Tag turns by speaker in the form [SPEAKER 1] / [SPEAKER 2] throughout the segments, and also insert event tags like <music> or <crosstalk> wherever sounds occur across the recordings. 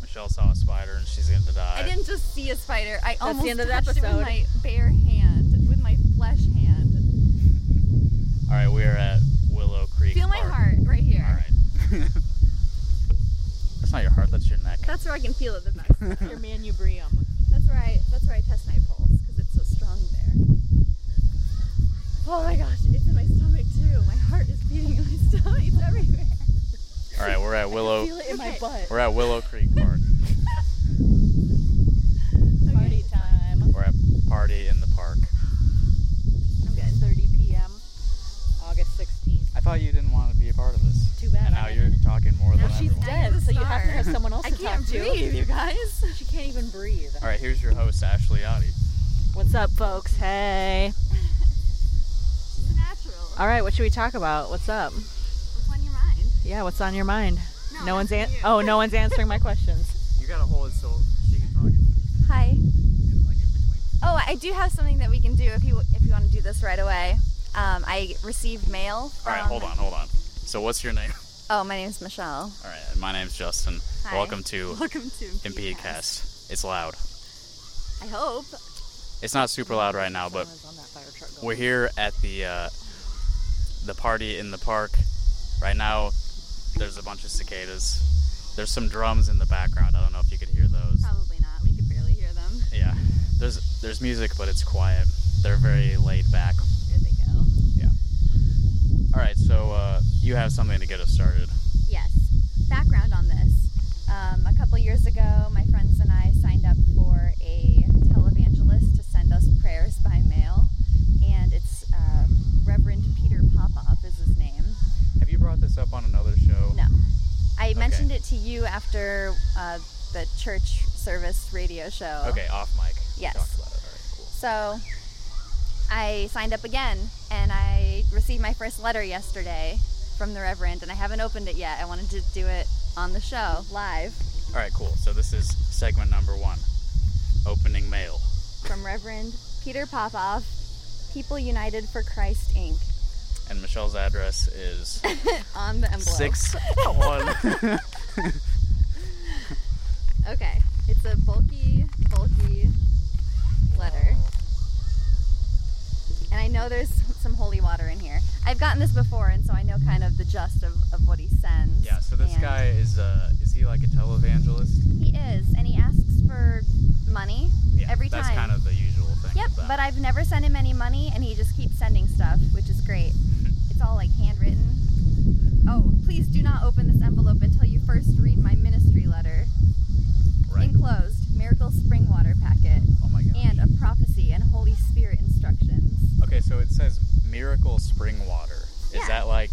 [SPEAKER 1] Michelle saw a spider and she's gonna die.
[SPEAKER 2] I didn't just see a spider. I
[SPEAKER 3] the
[SPEAKER 2] almost
[SPEAKER 3] end of the
[SPEAKER 2] touched it
[SPEAKER 3] episode.
[SPEAKER 2] with my bare hand, with my flesh hand.
[SPEAKER 1] All right, we are at Willow Creek.
[SPEAKER 2] Feel my
[SPEAKER 1] Park.
[SPEAKER 2] heart right here.
[SPEAKER 1] All right. <laughs> that's not your heart. That's your neck.
[SPEAKER 2] That's where I can feel it the best. <laughs>
[SPEAKER 3] Your manubrium.
[SPEAKER 2] that's where I that's where I test my pulse because it's so strong there. Oh my gosh, it's in my stomach too. My heart is beating in my <laughs> stomach. It's everywhere.
[SPEAKER 1] All right, we're
[SPEAKER 3] <laughs>
[SPEAKER 1] at Willow.
[SPEAKER 3] Feel it in my
[SPEAKER 2] Okay.
[SPEAKER 3] butt.
[SPEAKER 1] We're at Willow Creek Park.
[SPEAKER 3] Party time.
[SPEAKER 1] We're at party in the park.
[SPEAKER 3] I'm good. 30 p.m. August 16th.
[SPEAKER 1] I thought you didn't want to be a part of this.
[SPEAKER 3] Too bad.
[SPEAKER 1] And now
[SPEAKER 3] I'm
[SPEAKER 1] you're talking more
[SPEAKER 3] Now
[SPEAKER 1] than
[SPEAKER 3] she's
[SPEAKER 1] everyone.
[SPEAKER 3] dead,
[SPEAKER 2] I'm the
[SPEAKER 3] so you have to
[SPEAKER 2] star.
[SPEAKER 3] have someone else
[SPEAKER 2] I
[SPEAKER 3] to
[SPEAKER 2] can't
[SPEAKER 3] talk to.
[SPEAKER 2] breathe, you guys.
[SPEAKER 3] She can't even breathe.
[SPEAKER 1] All right, here's your host Ashley Yachty.
[SPEAKER 3] What's up, folks? Hey.
[SPEAKER 2] It's natural.
[SPEAKER 3] All right, what should we talk about? What's up?
[SPEAKER 2] What's on your mind?
[SPEAKER 3] Yeah, what's on your mind?
[SPEAKER 2] No,
[SPEAKER 3] one's
[SPEAKER 2] that's
[SPEAKER 3] an-
[SPEAKER 2] you.
[SPEAKER 3] oh, no one's answering
[SPEAKER 1] <laughs>
[SPEAKER 3] my questions.
[SPEAKER 4] You gotta hold it so she can talk in,
[SPEAKER 2] Hi.
[SPEAKER 4] in, like in between.
[SPEAKER 2] Oh, I do have something that we can do if you if you want to do this right away. Um, I received mail.
[SPEAKER 1] All right,
[SPEAKER 2] from-
[SPEAKER 3] Um,
[SPEAKER 1] hold on, hold on. So what's your name? <laughs>
[SPEAKER 2] Oh, my name's Michelle.
[SPEAKER 1] All right, my name's Justin.
[SPEAKER 2] Hi.
[SPEAKER 1] Welcome to
[SPEAKER 2] <laughs> Welcome to
[SPEAKER 1] Impedcast. Cast. It's loud.
[SPEAKER 2] I hope.
[SPEAKER 1] It's not super loud right now, but
[SPEAKER 3] Someone's on that fire truck going.
[SPEAKER 1] We're here at the uh, the party in the park. Right now, there's a bunch of cicadas. There's some drums in the background. I don't know if you could hear those.
[SPEAKER 2] Probably not. We could barely hear them.
[SPEAKER 1] Yeah, there's there's music, but it's quiet. They're very laid back.
[SPEAKER 2] There they go.
[SPEAKER 1] All right, so uh, you have something to get us started.
[SPEAKER 2] Yes. Background on this. Um, a couple years ago, my friends and I signed up for a televangelist to send us prayers by mail, and it's uh, Reverend Peter Popoff is his name.
[SPEAKER 1] Have you brought this up on another show?
[SPEAKER 2] No. I mentioned it to you after uh, the church service radio show.
[SPEAKER 1] Okay, off mic. We
[SPEAKER 2] Yes.
[SPEAKER 1] Talked about it. All right, cool.
[SPEAKER 2] So I signed up again and I received my first letter yesterday from the Reverend and I haven't opened it yet. I wanted to do it on the show live
[SPEAKER 1] All right, cool. So this is segment number one, opening mail.
[SPEAKER 2] from Reverend Peter Popoff, People United for Christ Inc. <laughs>
[SPEAKER 1] And Michelle's address is
[SPEAKER 2] on the envelope.
[SPEAKER 1] six <laughs>
[SPEAKER 2] <laughs>
[SPEAKER 1] one. <laughs>
[SPEAKER 2] Okay. It's a bulky, bulky letter. And I know there's some holy water in here. I've gotten this before, and so I know kind of the gist of, of what he sends.
[SPEAKER 1] Yeah, so this
[SPEAKER 2] And
[SPEAKER 1] guy is uh is he like a televangelist?
[SPEAKER 2] He is, and he asks for money
[SPEAKER 1] Yeah.
[SPEAKER 2] every
[SPEAKER 1] that's
[SPEAKER 2] time.
[SPEAKER 1] kind of the usual thing.
[SPEAKER 2] yep,
[SPEAKER 1] with them.
[SPEAKER 2] but I've never sent him any money, and he just keeps sending stuff, which is great. it's all like handwritten. Oh, please do not open this envelope until you first read my ministry letter.
[SPEAKER 1] <laughs> right.
[SPEAKER 2] Enclosed, Miracle Spring Water Packet.
[SPEAKER 1] oh my god.
[SPEAKER 2] and a prophecy and Holy Spirit instructions.
[SPEAKER 1] okay, so it says miracle spring water. Is
[SPEAKER 2] Yeah.
[SPEAKER 1] that like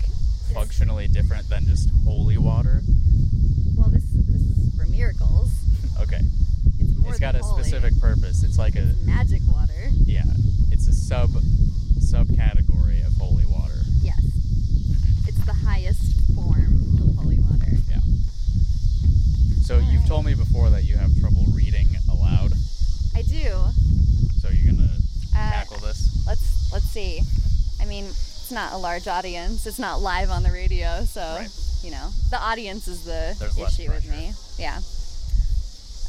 [SPEAKER 1] functionally different than just holy water? <laughs>
[SPEAKER 2] Well, this this is for miracles.
[SPEAKER 1] Okay.
[SPEAKER 2] It's more
[SPEAKER 1] it's
[SPEAKER 2] than
[SPEAKER 1] got a
[SPEAKER 2] holy.
[SPEAKER 1] specific purpose. It's like a
[SPEAKER 2] It's magic water.
[SPEAKER 1] yeah. It's a sub subcategory of holy water.
[SPEAKER 2] Yes, it's the highest form of holy water.
[SPEAKER 1] So you've told me before that you have trouble reading aloud.
[SPEAKER 2] I do.
[SPEAKER 1] So you're gonna
[SPEAKER 2] Uh,
[SPEAKER 1] tackle this.
[SPEAKER 2] let's let's see. I mean, it's not a large audience. It's not live on the radio, so
[SPEAKER 1] Right.
[SPEAKER 2] you know the audience is the
[SPEAKER 1] There's less
[SPEAKER 2] issue with
[SPEAKER 1] pressure.
[SPEAKER 2] me. Yeah.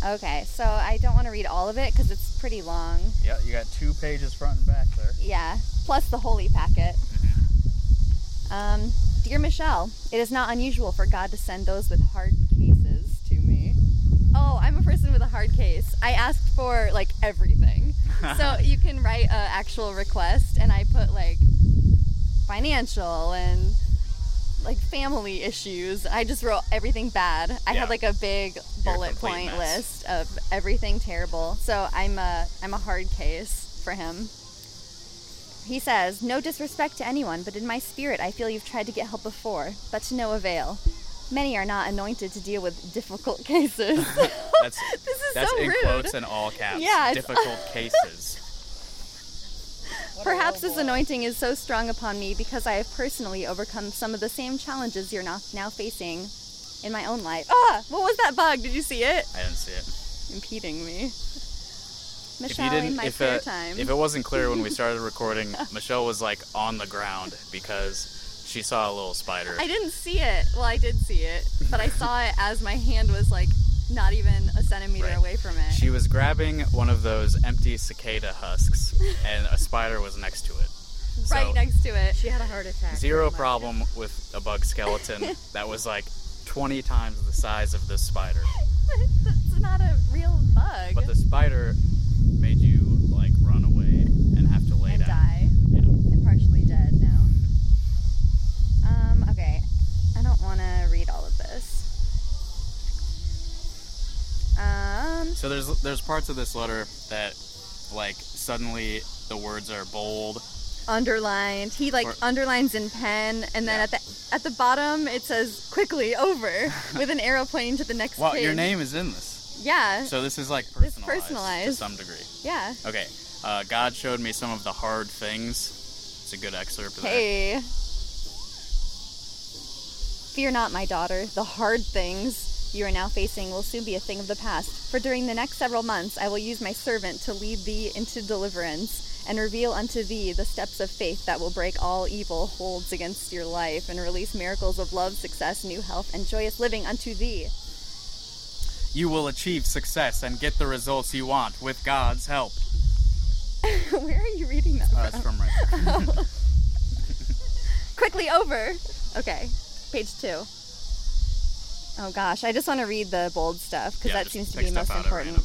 [SPEAKER 2] Okay, so I don't want to read all of it because it's pretty long.
[SPEAKER 1] Yeah, you got two pages front and back there.
[SPEAKER 2] Yeah, plus the holy packet. Um, Dear Michelle, it is not unusual for God to send those with hard cases to me. Oh, I'm a person with a hard case. I asked for like
[SPEAKER 1] <laughs>
[SPEAKER 2] everything. so you can write an actual request, and I put like financial and like family issues. I just wrote everything bad. I
[SPEAKER 1] Yeah.
[SPEAKER 2] had like a big
[SPEAKER 1] You're a
[SPEAKER 2] bullet
[SPEAKER 1] complete
[SPEAKER 2] point
[SPEAKER 1] mess.
[SPEAKER 2] list of everything terrible. So I'm a I'm a hard case for him. He says, "No disrespect to anyone, but in my spirit I feel you've tried to get help before, but to no avail. Many are not anointed to deal with difficult <laughs> cases."
[SPEAKER 1] <laughs> That's
[SPEAKER 2] <laughs> this is
[SPEAKER 1] That's
[SPEAKER 2] so
[SPEAKER 1] in
[SPEAKER 2] rude.
[SPEAKER 1] quotes and all caps.
[SPEAKER 2] Yeah, it's- <laughs>
[SPEAKER 1] Difficult cases.
[SPEAKER 2] Perhaps this anointing is so strong upon me because I have personally overcome some of the same challenges you're not now facing in my own life. Ah, what was that bug? Did you see it?
[SPEAKER 1] I didn't see it.
[SPEAKER 2] Impeding me.
[SPEAKER 1] If
[SPEAKER 2] Michelle
[SPEAKER 1] you
[SPEAKER 2] in
[SPEAKER 1] didn't,
[SPEAKER 2] my
[SPEAKER 1] if,
[SPEAKER 2] prayer
[SPEAKER 1] uh,
[SPEAKER 2] time.
[SPEAKER 1] if it wasn't clear when we
[SPEAKER 2] <laughs>
[SPEAKER 1] started recording, Michelle was like on the ground because she saw a little spider.
[SPEAKER 2] I didn't see it. Well, I did see it, but I saw it as my hand was like not even a centimeter
[SPEAKER 1] Right.
[SPEAKER 2] away from it.
[SPEAKER 1] She was grabbing one of those empty cicada husks, and a spider was next to
[SPEAKER 2] <laughs>
[SPEAKER 1] it. So,
[SPEAKER 2] right next to it.
[SPEAKER 3] She had a heart attack.
[SPEAKER 1] Zero
[SPEAKER 3] pretty much.
[SPEAKER 1] problem with a bug
[SPEAKER 2] <laughs>
[SPEAKER 1] skeleton that was like 20 times the size of this spider.
[SPEAKER 2] That's not a real bug.
[SPEAKER 1] But the spider made you like run away and have to lay
[SPEAKER 2] and
[SPEAKER 1] down.
[SPEAKER 2] die.
[SPEAKER 1] Yeah.
[SPEAKER 2] I'm partially dead now. Um, okay. I don't want to read all of this. Um,
[SPEAKER 1] So there's there's parts of this letter that like suddenly the words are bold.
[SPEAKER 2] underlined. He like
[SPEAKER 1] Or-
[SPEAKER 2] underlines in pen, and then
[SPEAKER 1] Yeah.
[SPEAKER 2] at the at the bottom it says "quickly
[SPEAKER 1] <laughs>
[SPEAKER 2] over" with an arrow pointing to the next
[SPEAKER 1] Well,
[SPEAKER 2] page.
[SPEAKER 1] your name is in this.
[SPEAKER 2] Yeah.
[SPEAKER 1] So this is like
[SPEAKER 2] It's
[SPEAKER 1] personalized, to
[SPEAKER 2] personalized.
[SPEAKER 1] some degree.
[SPEAKER 2] yeah.
[SPEAKER 1] Okay. Uh, God showed me some of the hard things. It's a good excerpt of that.
[SPEAKER 2] Hey. Fear not, my daughter. The hard things you are now facing will soon be a thing of the past. For during the next several months, I will use my servant to lead thee into deliverance and reveal unto thee the steps of faith that will break all evil holds against your life and release miracles of love, success, new health, and joyous living unto thee. <laughs>
[SPEAKER 1] You will achieve success and get the results you want with God's help.
[SPEAKER 2] Where are you reading that
[SPEAKER 1] Uh, that's from right there.
[SPEAKER 2] quickly over. Okay, page two. Oh gosh, I just want to read the bold stuff because
[SPEAKER 1] Yeah,
[SPEAKER 2] that
[SPEAKER 1] just
[SPEAKER 2] seems to
[SPEAKER 1] pick
[SPEAKER 2] be
[SPEAKER 1] stuff
[SPEAKER 2] most
[SPEAKER 1] out at
[SPEAKER 2] important.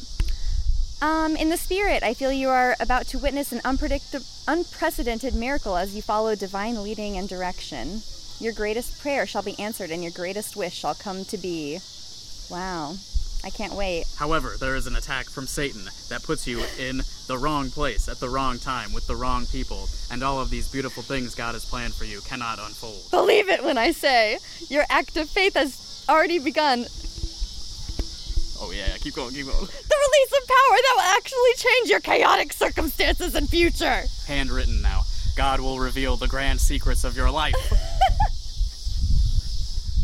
[SPEAKER 1] random.
[SPEAKER 2] Um, in the spirit, I feel you are about to witness an unpredict- unprecedented miracle as you follow divine leading and direction. Your greatest prayer shall be answered, and your greatest wish shall come to be. Wow, I can't wait.
[SPEAKER 1] However, there is an attack from Satan that puts you in the wrong place at the wrong time with the wrong people, and all of these beautiful things God has planned for you cannot unfold.
[SPEAKER 2] Believe it when I say your act of faith has already begun.
[SPEAKER 1] Oh yeah, yeah, keep going, keep going.
[SPEAKER 2] The release of power that will actually change your chaotic circumstances and future.
[SPEAKER 1] <laughs> Handwritten now. God will reveal the grand secrets of your life. <laughs>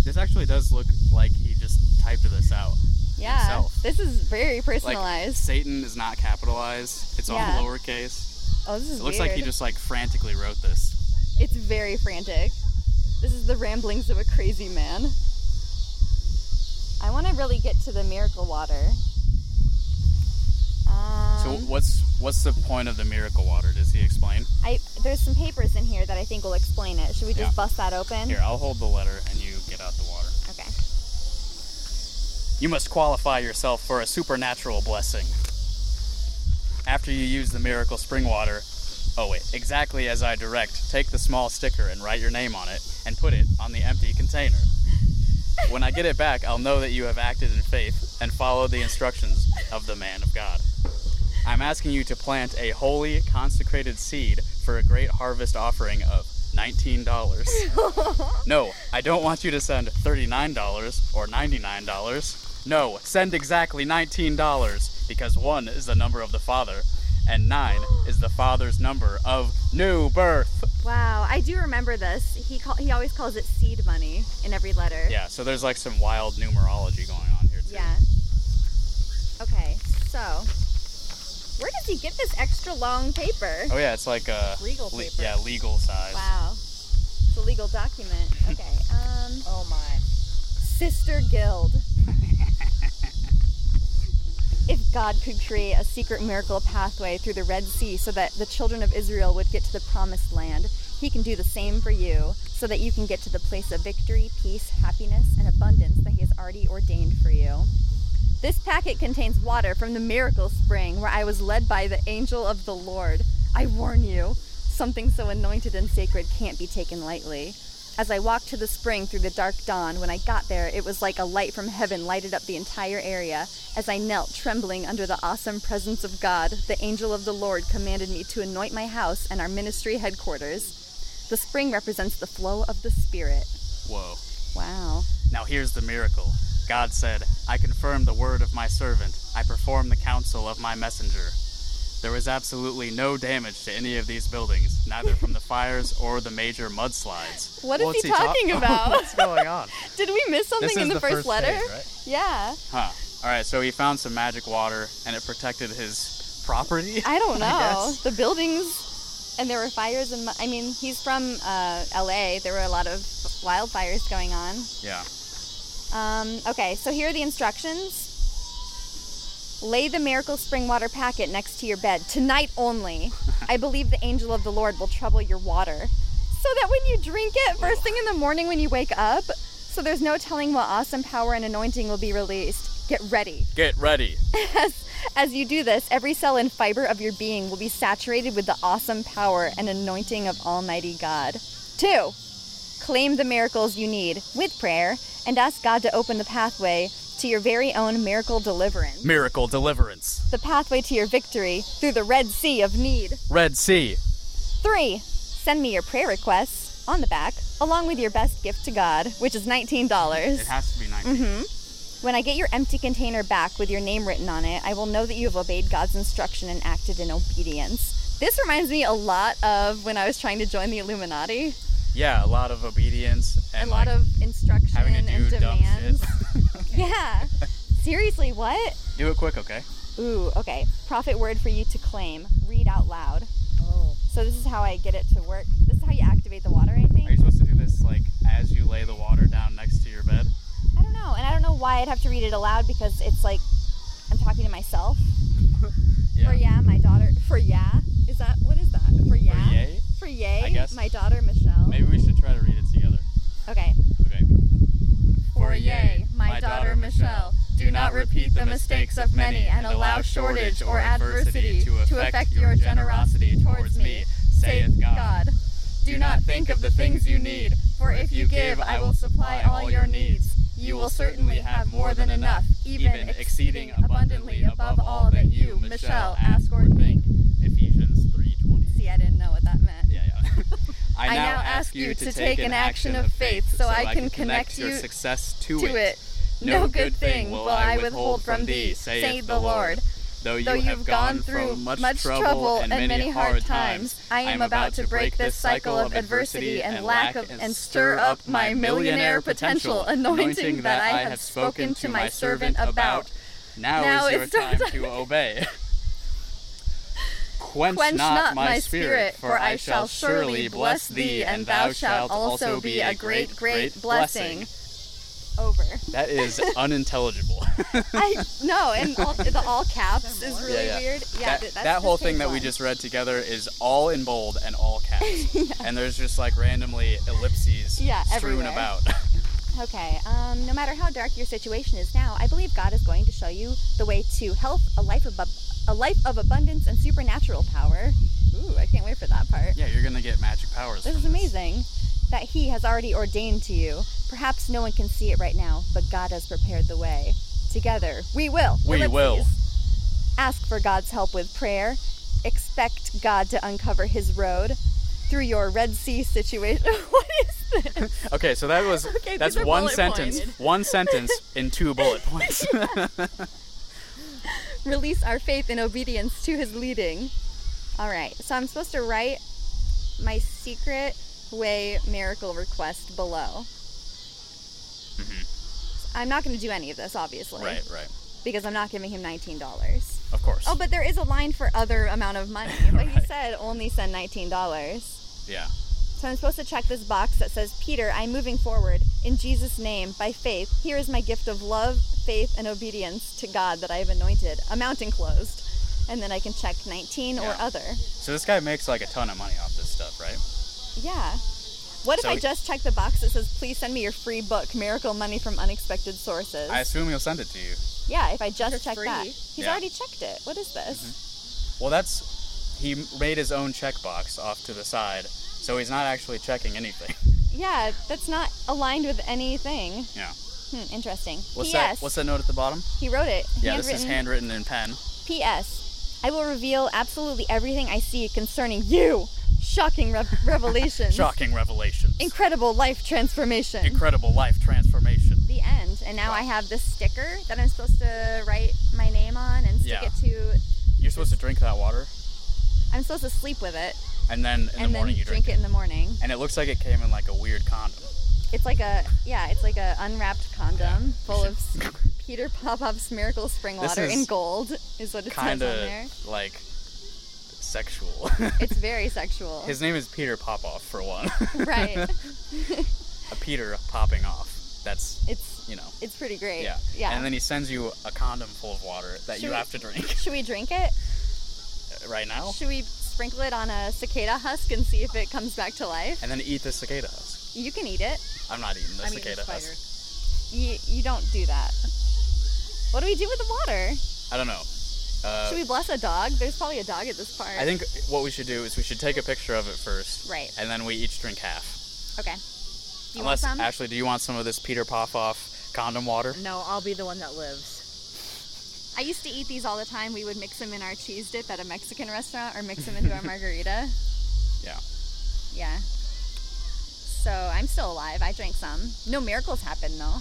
[SPEAKER 1] this actually does look like he just typed this out.
[SPEAKER 2] Yeah,
[SPEAKER 1] himself.
[SPEAKER 2] this is very
[SPEAKER 1] Like
[SPEAKER 2] personalized.
[SPEAKER 1] Satan is not capitalized. It's
[SPEAKER 2] Yeah.
[SPEAKER 1] all lowercase.
[SPEAKER 2] oh, this is
[SPEAKER 1] It looks
[SPEAKER 2] weird.
[SPEAKER 1] like he just like frantically wrote this.
[SPEAKER 2] It's very frantic. This is the ramblings of a crazy man. I want to really get to the miracle water. Um,
[SPEAKER 1] So what's what's the point of the miracle water? Does he explain?
[SPEAKER 2] I, there's some papers in here that I think will explain it. Should we just
[SPEAKER 1] Yeah.
[SPEAKER 2] bust that open?
[SPEAKER 1] Here, I'll hold the letter and you get out the water.
[SPEAKER 2] Okay.
[SPEAKER 1] You must qualify yourself for a supernatural blessing. After you use the miracle spring water, oh wait, exactly as I direct, take the small sticker and write your name on it and put it on the empty container. When I get it back, I'll know that you have acted in faith and followed the instructions of the man of God. I'm asking you to plant a holy, consecrated seed for a great harvest offering of $19. No, I don't want you to send $39 or $99. No, send exactly $19 because 1 is the number of the Father and 9 is the Father's number of new birth.
[SPEAKER 2] Wow, I do remember this. He call, he always calls it seed money in every letter.
[SPEAKER 1] Yeah, so there's like some wild numerology going on here too.
[SPEAKER 2] Yeah. Okay, so where does he get this extra long paper?
[SPEAKER 1] Oh yeah, it's like a
[SPEAKER 3] Legal paper.
[SPEAKER 1] yeah, legal size.
[SPEAKER 2] Wow. It's a legal document. Okay. Um
[SPEAKER 3] Oh my.
[SPEAKER 2] Sister Guild. if God could create a secret miracle pathway through the Red Sea so that the children of Israel would get to the promised land, he can do the same for you so that you can get to the place of victory, peace, happiness, and abundance that he has already ordained for you. This packet contains water from the miracle spring where I was led by the angel of the Lord. I warn you, something so anointed and sacred can't be taken lightly. As I walked to the spring through the dark dawn, when I got there, it was like a light from heaven lighted up the entire area. As I knelt trembling under the awesome presence of God, the angel of the Lord commanded me to anoint my house and our ministry headquarters. The spring represents the flow of the Spirit.
[SPEAKER 1] <laughs> Whoa.
[SPEAKER 2] Wow.
[SPEAKER 1] Now here's the miracle. God said, I confirm the word of my servant, I perform the counsel of my messenger. There was absolutely no damage to any of these buildings, neither from the fires or the major mudslides.
[SPEAKER 2] What is he talking about?
[SPEAKER 1] What's going on?
[SPEAKER 2] Did we miss <laughs> something in the, first, letter?
[SPEAKER 4] phase, right?
[SPEAKER 2] Yeah.
[SPEAKER 1] Huh. Alright, so he found some magic water and it protected his property?
[SPEAKER 2] I don't know.
[SPEAKER 1] guess.
[SPEAKER 2] the buildings, and there were fires, and I mean, he's from uh, LA. There were a lot of wildfires going on.
[SPEAKER 1] yeah.
[SPEAKER 2] Um, okay, so here are the instructions. Lay the miracle spring water packet next to your bed tonight only. I believe the angel of the Lord will trouble your water. So that when you drink it first thing in the morning when you wake up, so there's no telling what awesome power and anointing will be released. Get ready.
[SPEAKER 1] Get ready.
[SPEAKER 2] As, as you do this, every cell and fiber of your being will be saturated with the awesome power and anointing of Almighty God. Two, claim the miracles you need with prayer and ask God to open the pathway to your very own miracle deliverance,
[SPEAKER 1] Miracle deliverance.
[SPEAKER 2] the pathway to your victory through the Red Sea of need.
[SPEAKER 1] Red Sea.
[SPEAKER 2] Three, send me your prayer requests on the back along with your best gift to God, which is $19.
[SPEAKER 1] It has to be 19.
[SPEAKER 2] When I get your empty container back with your name written on it, I will know that you have obeyed God's instruction and acted in obedience. This reminds me a lot of when I was trying to join the Illuminati.
[SPEAKER 1] Yeah, a lot of obedience
[SPEAKER 2] A
[SPEAKER 1] and
[SPEAKER 2] lot
[SPEAKER 1] like,
[SPEAKER 2] of instruction
[SPEAKER 1] having to
[SPEAKER 2] and
[SPEAKER 1] do dumb <laughs>
[SPEAKER 2] demands.
[SPEAKER 1] shit.
[SPEAKER 2] Yeah. Seriously, what?
[SPEAKER 1] do it quick, okay?
[SPEAKER 2] Ooh, okay. Profit word for you to claim. Read out loud.
[SPEAKER 3] Oh.
[SPEAKER 2] So this is how I get it to work. This is how you activate the water, I
[SPEAKER 1] Are you
[SPEAKER 2] think.
[SPEAKER 1] supposed to do this like as you lay the water down next to your bed?
[SPEAKER 2] I don't know, and I don't know why I'd have to read it aloud because it's like I'm talking to myself. For yeah, my daughter. For yeah, is that what is that? For yeah.
[SPEAKER 1] yay?
[SPEAKER 2] For yay,
[SPEAKER 1] I guess.
[SPEAKER 2] my daughter Michelle.
[SPEAKER 1] Maybe we should try to read it together.
[SPEAKER 2] Okay.
[SPEAKER 1] Okay. For yea, my daughter Michelle, do not repeat the mistakes of many and allow shortage or adversity to affect your generosity towards me, saith God. Do not think of the things you need, for if you give, I will supply all your needs. You will certainly have more than enough, even exceeding abundantly above all that you, Michelle, ask or think. Ephesians 3:20.
[SPEAKER 2] See, I didn't know what that meant.
[SPEAKER 1] Yeah, <laughs> yeah. I now ask you to take an action of faith so I can connect your
[SPEAKER 3] you
[SPEAKER 1] success to
[SPEAKER 3] to
[SPEAKER 1] it.
[SPEAKER 3] it.
[SPEAKER 1] No good thing will I withhold from thee, saith the Lord. Though you have gone through much trouble and many hard times, I am about to break this cycle of adversity and lack of and stir up my millionaire potential, anointing that I have spoken to my servant about. Now is your time to obey. <laughs> Quench,
[SPEAKER 3] Quench
[SPEAKER 1] not my spirit, for I shall surely bless thee, and thou shalt also be a great, great blessing. <laughs>
[SPEAKER 2] Over.
[SPEAKER 1] That is unintelligible. <laughs>
[SPEAKER 2] I no, and all, the all caps is really
[SPEAKER 1] Yeah, yeah.
[SPEAKER 2] weird. Yeah,
[SPEAKER 1] that,
[SPEAKER 2] th- that's
[SPEAKER 1] that
[SPEAKER 2] just
[SPEAKER 1] whole thing
[SPEAKER 2] page
[SPEAKER 1] that we
[SPEAKER 2] one.
[SPEAKER 1] just read together is all in bold and
[SPEAKER 2] <laughs>
[SPEAKER 1] all caps. And there's just like randomly ellipses
[SPEAKER 2] Yeah,
[SPEAKER 1] strewn
[SPEAKER 2] everywhere.
[SPEAKER 1] about. <laughs>
[SPEAKER 2] Okay. Um, no matter how dark your situation is now, I believe God is going to show you the way to health, a life of ab- a life of abundance and supernatural power. Ooh, I can't wait for that part.
[SPEAKER 1] yeah, you're gonna get magic powers.
[SPEAKER 2] This
[SPEAKER 1] from
[SPEAKER 2] is amazing that He has already ordained to you. Perhaps no one can see it right now, but God has prepared the way. Together, we will.
[SPEAKER 1] We
[SPEAKER 2] Ellipses.
[SPEAKER 1] will.
[SPEAKER 2] Ask for God's help with prayer. Expect God to uncover His road through your Red Sea situation. <laughs> what is this?
[SPEAKER 1] Okay, so that was
[SPEAKER 2] <laughs> Okay,
[SPEAKER 1] that's
[SPEAKER 2] these are
[SPEAKER 1] one
[SPEAKER 2] bullet
[SPEAKER 1] sentence.
[SPEAKER 2] pointed.
[SPEAKER 1] One
[SPEAKER 2] <laughs>
[SPEAKER 1] sentence in two bullet points.
[SPEAKER 2] Release our faith in obedience to His leading. All right, so I'm supposed to write my secret way miracle request below. I'm not going to do any of this, obviously.
[SPEAKER 1] <laughs> Mm-hmm. right, right.
[SPEAKER 2] because I'm not giving him nineteen dollars.
[SPEAKER 1] Of course.
[SPEAKER 2] Oh, but there is a line for other amount of money. But
[SPEAKER 1] <laughs>
[SPEAKER 2] he
[SPEAKER 1] Right.
[SPEAKER 2] said only send nineteen dollars.
[SPEAKER 1] yeah.
[SPEAKER 2] So I'm supposed to check this box that says, Peter, I'm moving forward in Jesus' name by faith. Here is my gift of love, faith, and obedience to God that I have anointed, amount enclosed. And then I can check 19 or
[SPEAKER 1] Yeah.
[SPEAKER 2] other.
[SPEAKER 1] So this guy makes like a ton of money off this stuff, right?
[SPEAKER 2] Yeah. What
[SPEAKER 1] So
[SPEAKER 2] if I
[SPEAKER 1] he-
[SPEAKER 2] just check the box that says, please send me your free book, Miracle Money from Unexpected Sources?
[SPEAKER 1] I assume he'll send it to you.
[SPEAKER 2] yeah, if I just
[SPEAKER 3] For
[SPEAKER 2] check
[SPEAKER 3] free.
[SPEAKER 2] that. He's
[SPEAKER 1] Yeah. Mm-hmm.
[SPEAKER 2] already checked it. What is this?
[SPEAKER 1] Well, that's he made his own checkbox off to the side, so he's not actually checking anything. <laughs>
[SPEAKER 2] Yeah, that's not aligned with anything.
[SPEAKER 1] Yeah.
[SPEAKER 2] Hmm, interesting.
[SPEAKER 1] What's
[SPEAKER 2] P.S.
[SPEAKER 1] that? What's that note at the bottom?
[SPEAKER 2] He wrote it.
[SPEAKER 1] Yeah, this is handwritten in pen.
[SPEAKER 2] P.S. I will reveal absolutely everything I see concerning you. Shocking rev <laughs> revelations.
[SPEAKER 1] Shocking revelations.
[SPEAKER 2] Incredible life transformation.
[SPEAKER 1] Incredible life transformation.
[SPEAKER 2] the end. And now I have this sticker that I'm supposed to write my name on and stick
[SPEAKER 1] Yeah.
[SPEAKER 2] it to.
[SPEAKER 1] You're supposed to drink that water,
[SPEAKER 2] I'm supposed to sleep with it
[SPEAKER 1] and then in the
[SPEAKER 2] and then
[SPEAKER 1] morning you
[SPEAKER 2] drink,
[SPEAKER 1] drink,
[SPEAKER 2] it in the morning.
[SPEAKER 1] And it looks like it came in like a weird condom.
[SPEAKER 2] It's like a yeah, it's like a unwrapped condom
[SPEAKER 1] Yeah. <laughs>
[SPEAKER 2] full of s- Peter Popoff's miracle spring
[SPEAKER 1] This
[SPEAKER 2] water in
[SPEAKER 1] is
[SPEAKER 2] gold is what it says on
[SPEAKER 1] Kind
[SPEAKER 2] there.
[SPEAKER 1] of like sexual.
[SPEAKER 2] <laughs>
[SPEAKER 1] <laughs>
[SPEAKER 2] It's very sexual.
[SPEAKER 1] <laughs> His name is Peter Popoff for one.
[SPEAKER 2] <laughs> right. <laughs>
[SPEAKER 1] a Peter popping off. that's
[SPEAKER 2] It's
[SPEAKER 1] you know.
[SPEAKER 2] it's pretty great.
[SPEAKER 1] Yeah.
[SPEAKER 2] Yeah.
[SPEAKER 1] And then he sends you a condom full of water that
[SPEAKER 2] Should
[SPEAKER 1] you
[SPEAKER 2] we-
[SPEAKER 1] have to drink
[SPEAKER 2] Should we drink it?
[SPEAKER 1] <laughs> right now,
[SPEAKER 2] Should we sprinkle it on a cicada husk and see if it comes back to life?
[SPEAKER 1] and then eat the cicada husk.
[SPEAKER 2] You can eat it.
[SPEAKER 1] I'm not eating the
[SPEAKER 3] I'm eating
[SPEAKER 1] cicada
[SPEAKER 3] spider.
[SPEAKER 1] husk.
[SPEAKER 2] You, you don't do that. What do we do with the water?
[SPEAKER 1] I don't know. Uh,
[SPEAKER 2] Should we bless a dog? There's probably a dog at this park.
[SPEAKER 1] I think what we should do is we should take a picture of it first,
[SPEAKER 2] Right.
[SPEAKER 1] and then we each drink half.
[SPEAKER 2] Okay. Do you
[SPEAKER 1] Unless
[SPEAKER 2] want some?
[SPEAKER 1] Ashley, do you want some of this Peter Popoff condom water?
[SPEAKER 3] No, I'll be the one that lives.
[SPEAKER 2] I used to eat these all the time. We would mix them in our cheese dip at a Mexican restaurant or mix
[SPEAKER 1] <laughs>
[SPEAKER 2] them into our margarita.
[SPEAKER 1] Yeah.
[SPEAKER 2] Yeah. So I'm still alive. I drank some. No miracles happened though.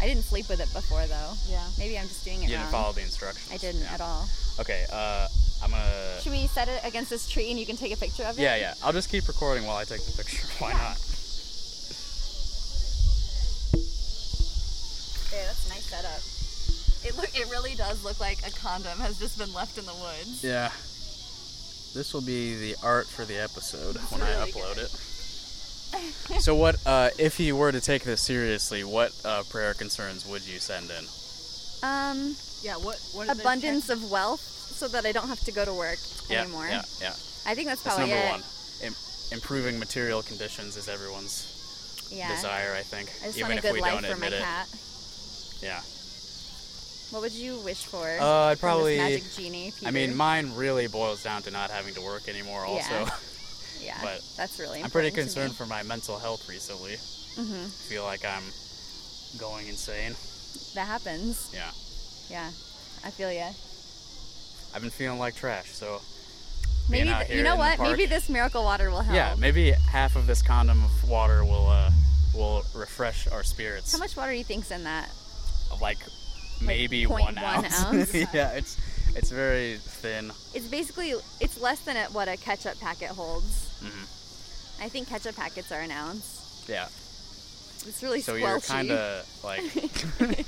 [SPEAKER 2] I didn't sleep with it before though.
[SPEAKER 3] Yeah.
[SPEAKER 2] Maybe I'm just doing it
[SPEAKER 1] You didn't
[SPEAKER 2] wrong.
[SPEAKER 1] follow the instructions.
[SPEAKER 2] I didn't
[SPEAKER 1] Yeah.
[SPEAKER 2] at all.
[SPEAKER 1] Okay. Uh, I'm gonna.
[SPEAKER 2] Should we set it against this tree and you can take a picture of it?
[SPEAKER 1] Yeah, yeah. I'll just keep recording while I take the picture. <laughs> Why
[SPEAKER 2] Yeah.
[SPEAKER 1] not?
[SPEAKER 2] There, that's a nice setup. It look it really does look like a condom has just been left in the woods.
[SPEAKER 1] Yeah. This will be the art for the episode when I
[SPEAKER 2] really
[SPEAKER 1] upload it.
[SPEAKER 2] <laughs>
[SPEAKER 1] so what uh, if you were to take this seriously, what uh, prayer concerns would you send in?
[SPEAKER 2] Um
[SPEAKER 3] Yeah. What? What? are the
[SPEAKER 2] abundance of wealth so that I don't have to go to work
[SPEAKER 1] Yeah,
[SPEAKER 2] anymore.
[SPEAKER 1] Yeah, yeah.
[SPEAKER 2] I think that's
[SPEAKER 1] That's
[SPEAKER 2] probably
[SPEAKER 1] number
[SPEAKER 2] it.
[SPEAKER 1] one. Im- improving material conditions is everyone's
[SPEAKER 2] Yeah.
[SPEAKER 1] desire, I think.
[SPEAKER 2] I
[SPEAKER 1] uh, even
[SPEAKER 2] just want a
[SPEAKER 1] if
[SPEAKER 2] good
[SPEAKER 1] we
[SPEAKER 2] life
[SPEAKER 1] don't
[SPEAKER 2] for my
[SPEAKER 1] admit it.
[SPEAKER 2] cat.
[SPEAKER 1] Yeah.
[SPEAKER 2] What would you wish for?
[SPEAKER 1] Uh, I'd
[SPEAKER 2] from this
[SPEAKER 1] probably-
[SPEAKER 2] magic genie. Peter?
[SPEAKER 1] I mean, mine really boils down to not having to work anymore. Also, <laughs>
[SPEAKER 2] Yeah. yeah,
[SPEAKER 1] but
[SPEAKER 2] that's really.
[SPEAKER 1] I'm pretty
[SPEAKER 2] important to me.
[SPEAKER 1] concerned for my mental health recently.
[SPEAKER 2] Mhm.
[SPEAKER 1] Feel like I'm going insane.
[SPEAKER 2] That happens.
[SPEAKER 1] Yeah.
[SPEAKER 2] Yeah, I feel you.
[SPEAKER 1] I've been feeling like trash, so being
[SPEAKER 2] Maybe
[SPEAKER 1] out
[SPEAKER 2] th-
[SPEAKER 1] here
[SPEAKER 2] you know
[SPEAKER 1] in the
[SPEAKER 2] what? Maybe
[SPEAKER 1] park.
[SPEAKER 2] this miracle water will help.
[SPEAKER 1] yeah, maybe half of this condom of water will uh, will refresh our spirits.
[SPEAKER 2] How much water do you think's in that?
[SPEAKER 1] Like maybe
[SPEAKER 2] point
[SPEAKER 1] one,
[SPEAKER 2] one
[SPEAKER 1] ounce. <laughs>
[SPEAKER 2] ounce?
[SPEAKER 1] yeah, it's it's very thin.
[SPEAKER 2] It's basically it's less than it, what a ketchup packet holds.
[SPEAKER 1] Mhm.
[SPEAKER 2] I think ketchup packets are an ounce.
[SPEAKER 1] Yeah,
[SPEAKER 2] It's really
[SPEAKER 1] so
[SPEAKER 2] squelchy.
[SPEAKER 1] you're kind of
[SPEAKER 2] <laughs>
[SPEAKER 1] like
[SPEAKER 3] different-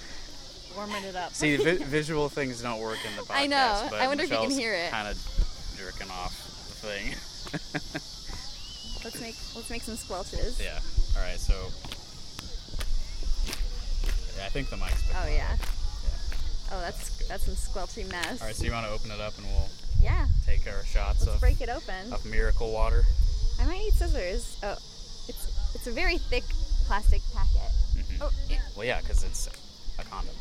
[SPEAKER 3] Warming it up.
[SPEAKER 1] see vi- visual things don't work in the podcast.
[SPEAKER 2] I know.
[SPEAKER 1] But
[SPEAKER 2] I wonder if you can
[SPEAKER 1] Michelle's
[SPEAKER 2] hear it.
[SPEAKER 1] Kind of jerking off the thing. <laughs>
[SPEAKER 2] Let's make let's make some squelches.
[SPEAKER 1] Yeah. All right. So. Yeah, I think the mic's. picking
[SPEAKER 2] Oh
[SPEAKER 1] up.
[SPEAKER 2] yeah.
[SPEAKER 1] Yeah.
[SPEAKER 2] Oh, that's that's some squelchy mess.
[SPEAKER 1] All right. So you want to open it up and we'll
[SPEAKER 2] Yeah.
[SPEAKER 1] take our shots
[SPEAKER 2] Let's
[SPEAKER 1] of,
[SPEAKER 2] break it open.
[SPEAKER 1] of miracle water.
[SPEAKER 2] I might need scissors. Oh, it's it's a very thick plastic packet.
[SPEAKER 1] Mhm.
[SPEAKER 2] Oh, yeah,
[SPEAKER 1] Well, yeah, because it's a condom.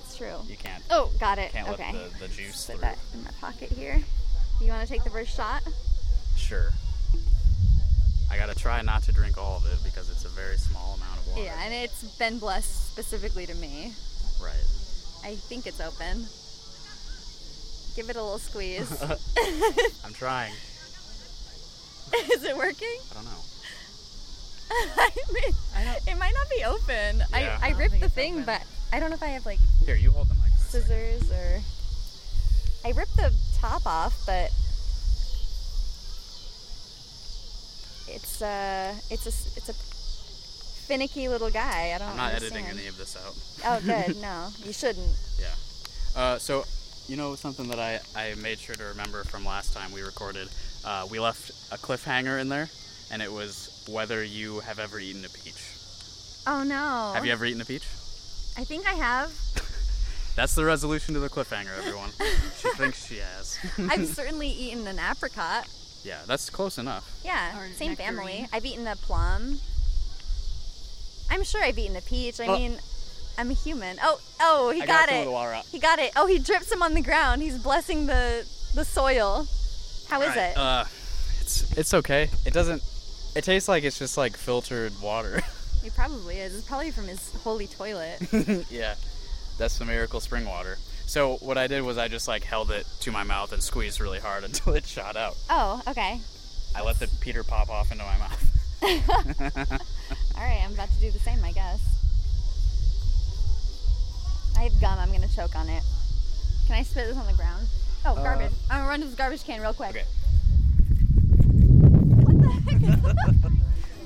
[SPEAKER 2] it's true.
[SPEAKER 1] You can't
[SPEAKER 2] Oh, got it.
[SPEAKER 1] can't
[SPEAKER 2] okay.
[SPEAKER 1] let the, the juice
[SPEAKER 2] Put
[SPEAKER 1] through.
[SPEAKER 2] that in my pocket here. You want to take the first shot?
[SPEAKER 1] Sure. I gotta try not to drink all of it because it's a very small amount of water.
[SPEAKER 2] Yeah, and it's been blessed specifically to me.
[SPEAKER 1] Right.
[SPEAKER 2] I think it's open. Give it a
[SPEAKER 1] <laughs>
[SPEAKER 2] little squeeze. <laughs>
[SPEAKER 1] I'm trying.
[SPEAKER 2] Is it working? <laughs>
[SPEAKER 1] I don't know.
[SPEAKER 2] I mean,
[SPEAKER 3] I don't-
[SPEAKER 2] it might not be open.
[SPEAKER 1] Yeah.
[SPEAKER 2] I,
[SPEAKER 1] I
[SPEAKER 2] I
[SPEAKER 3] don't
[SPEAKER 2] ripped
[SPEAKER 3] think
[SPEAKER 2] the
[SPEAKER 3] it's
[SPEAKER 2] thing,
[SPEAKER 3] open.
[SPEAKER 2] but I don't know if I have like
[SPEAKER 1] Here, you hold the mic. for a second.
[SPEAKER 2] scissors or I ripped the top off, but it's uh it's a s- it's a finicky little guy. I don't
[SPEAKER 1] I'm not editing
[SPEAKER 2] understand.
[SPEAKER 1] any of this out. <laughs>
[SPEAKER 2] Oh good, no. You shouldn't.
[SPEAKER 1] Yeah. Uh, so, you know something that I, I made sure to remember from last time we recorded? Uh, we left a cliffhanger in there, and it was whether you have ever eaten a peach.
[SPEAKER 2] Oh no.
[SPEAKER 1] Have you ever eaten a peach?
[SPEAKER 2] I think I have.
[SPEAKER 1] That's the resolution to the cliffhanger,
[SPEAKER 2] <laughs>
[SPEAKER 1] everyone. she thinks she has. <laughs>
[SPEAKER 2] I've certainly eaten an apricot.
[SPEAKER 1] yeah, that's close enough.
[SPEAKER 2] Yeah,
[SPEAKER 3] Or
[SPEAKER 2] same
[SPEAKER 3] nectarine.
[SPEAKER 2] family. I've eaten a plum. I'm sure I've eaten a peach. I
[SPEAKER 1] Oh.
[SPEAKER 2] mean, I'm a human. Oh, oh, he
[SPEAKER 1] I
[SPEAKER 2] got,
[SPEAKER 1] some
[SPEAKER 2] it.
[SPEAKER 1] of the water out.
[SPEAKER 2] He got it. Oh, he drips him on the ground. He's blessing the the soil. How is
[SPEAKER 1] Alright,
[SPEAKER 2] it?
[SPEAKER 1] Uh, it's it's okay. It doesn't. It tastes like it's just like filtered water. <laughs>
[SPEAKER 2] it probably is. It's probably from his holy toilet. <laughs>
[SPEAKER 1] yeah, that's the miracle spring water. So what I did was I just like held it to my mouth and squeezed really hard <laughs> until it shot out.
[SPEAKER 2] oh, okay. <laughs>
[SPEAKER 1] I let the Peter pop off into my mouth.
[SPEAKER 2] All right, I'm about to do the same, I guess. I have gum. I'm gonna choke on it. Can I spit this on the ground? Oh,
[SPEAKER 1] Uh,
[SPEAKER 2] garbage. I'm gonna run to this garbage can real quick.
[SPEAKER 1] Okay.
[SPEAKER 2] What the heck is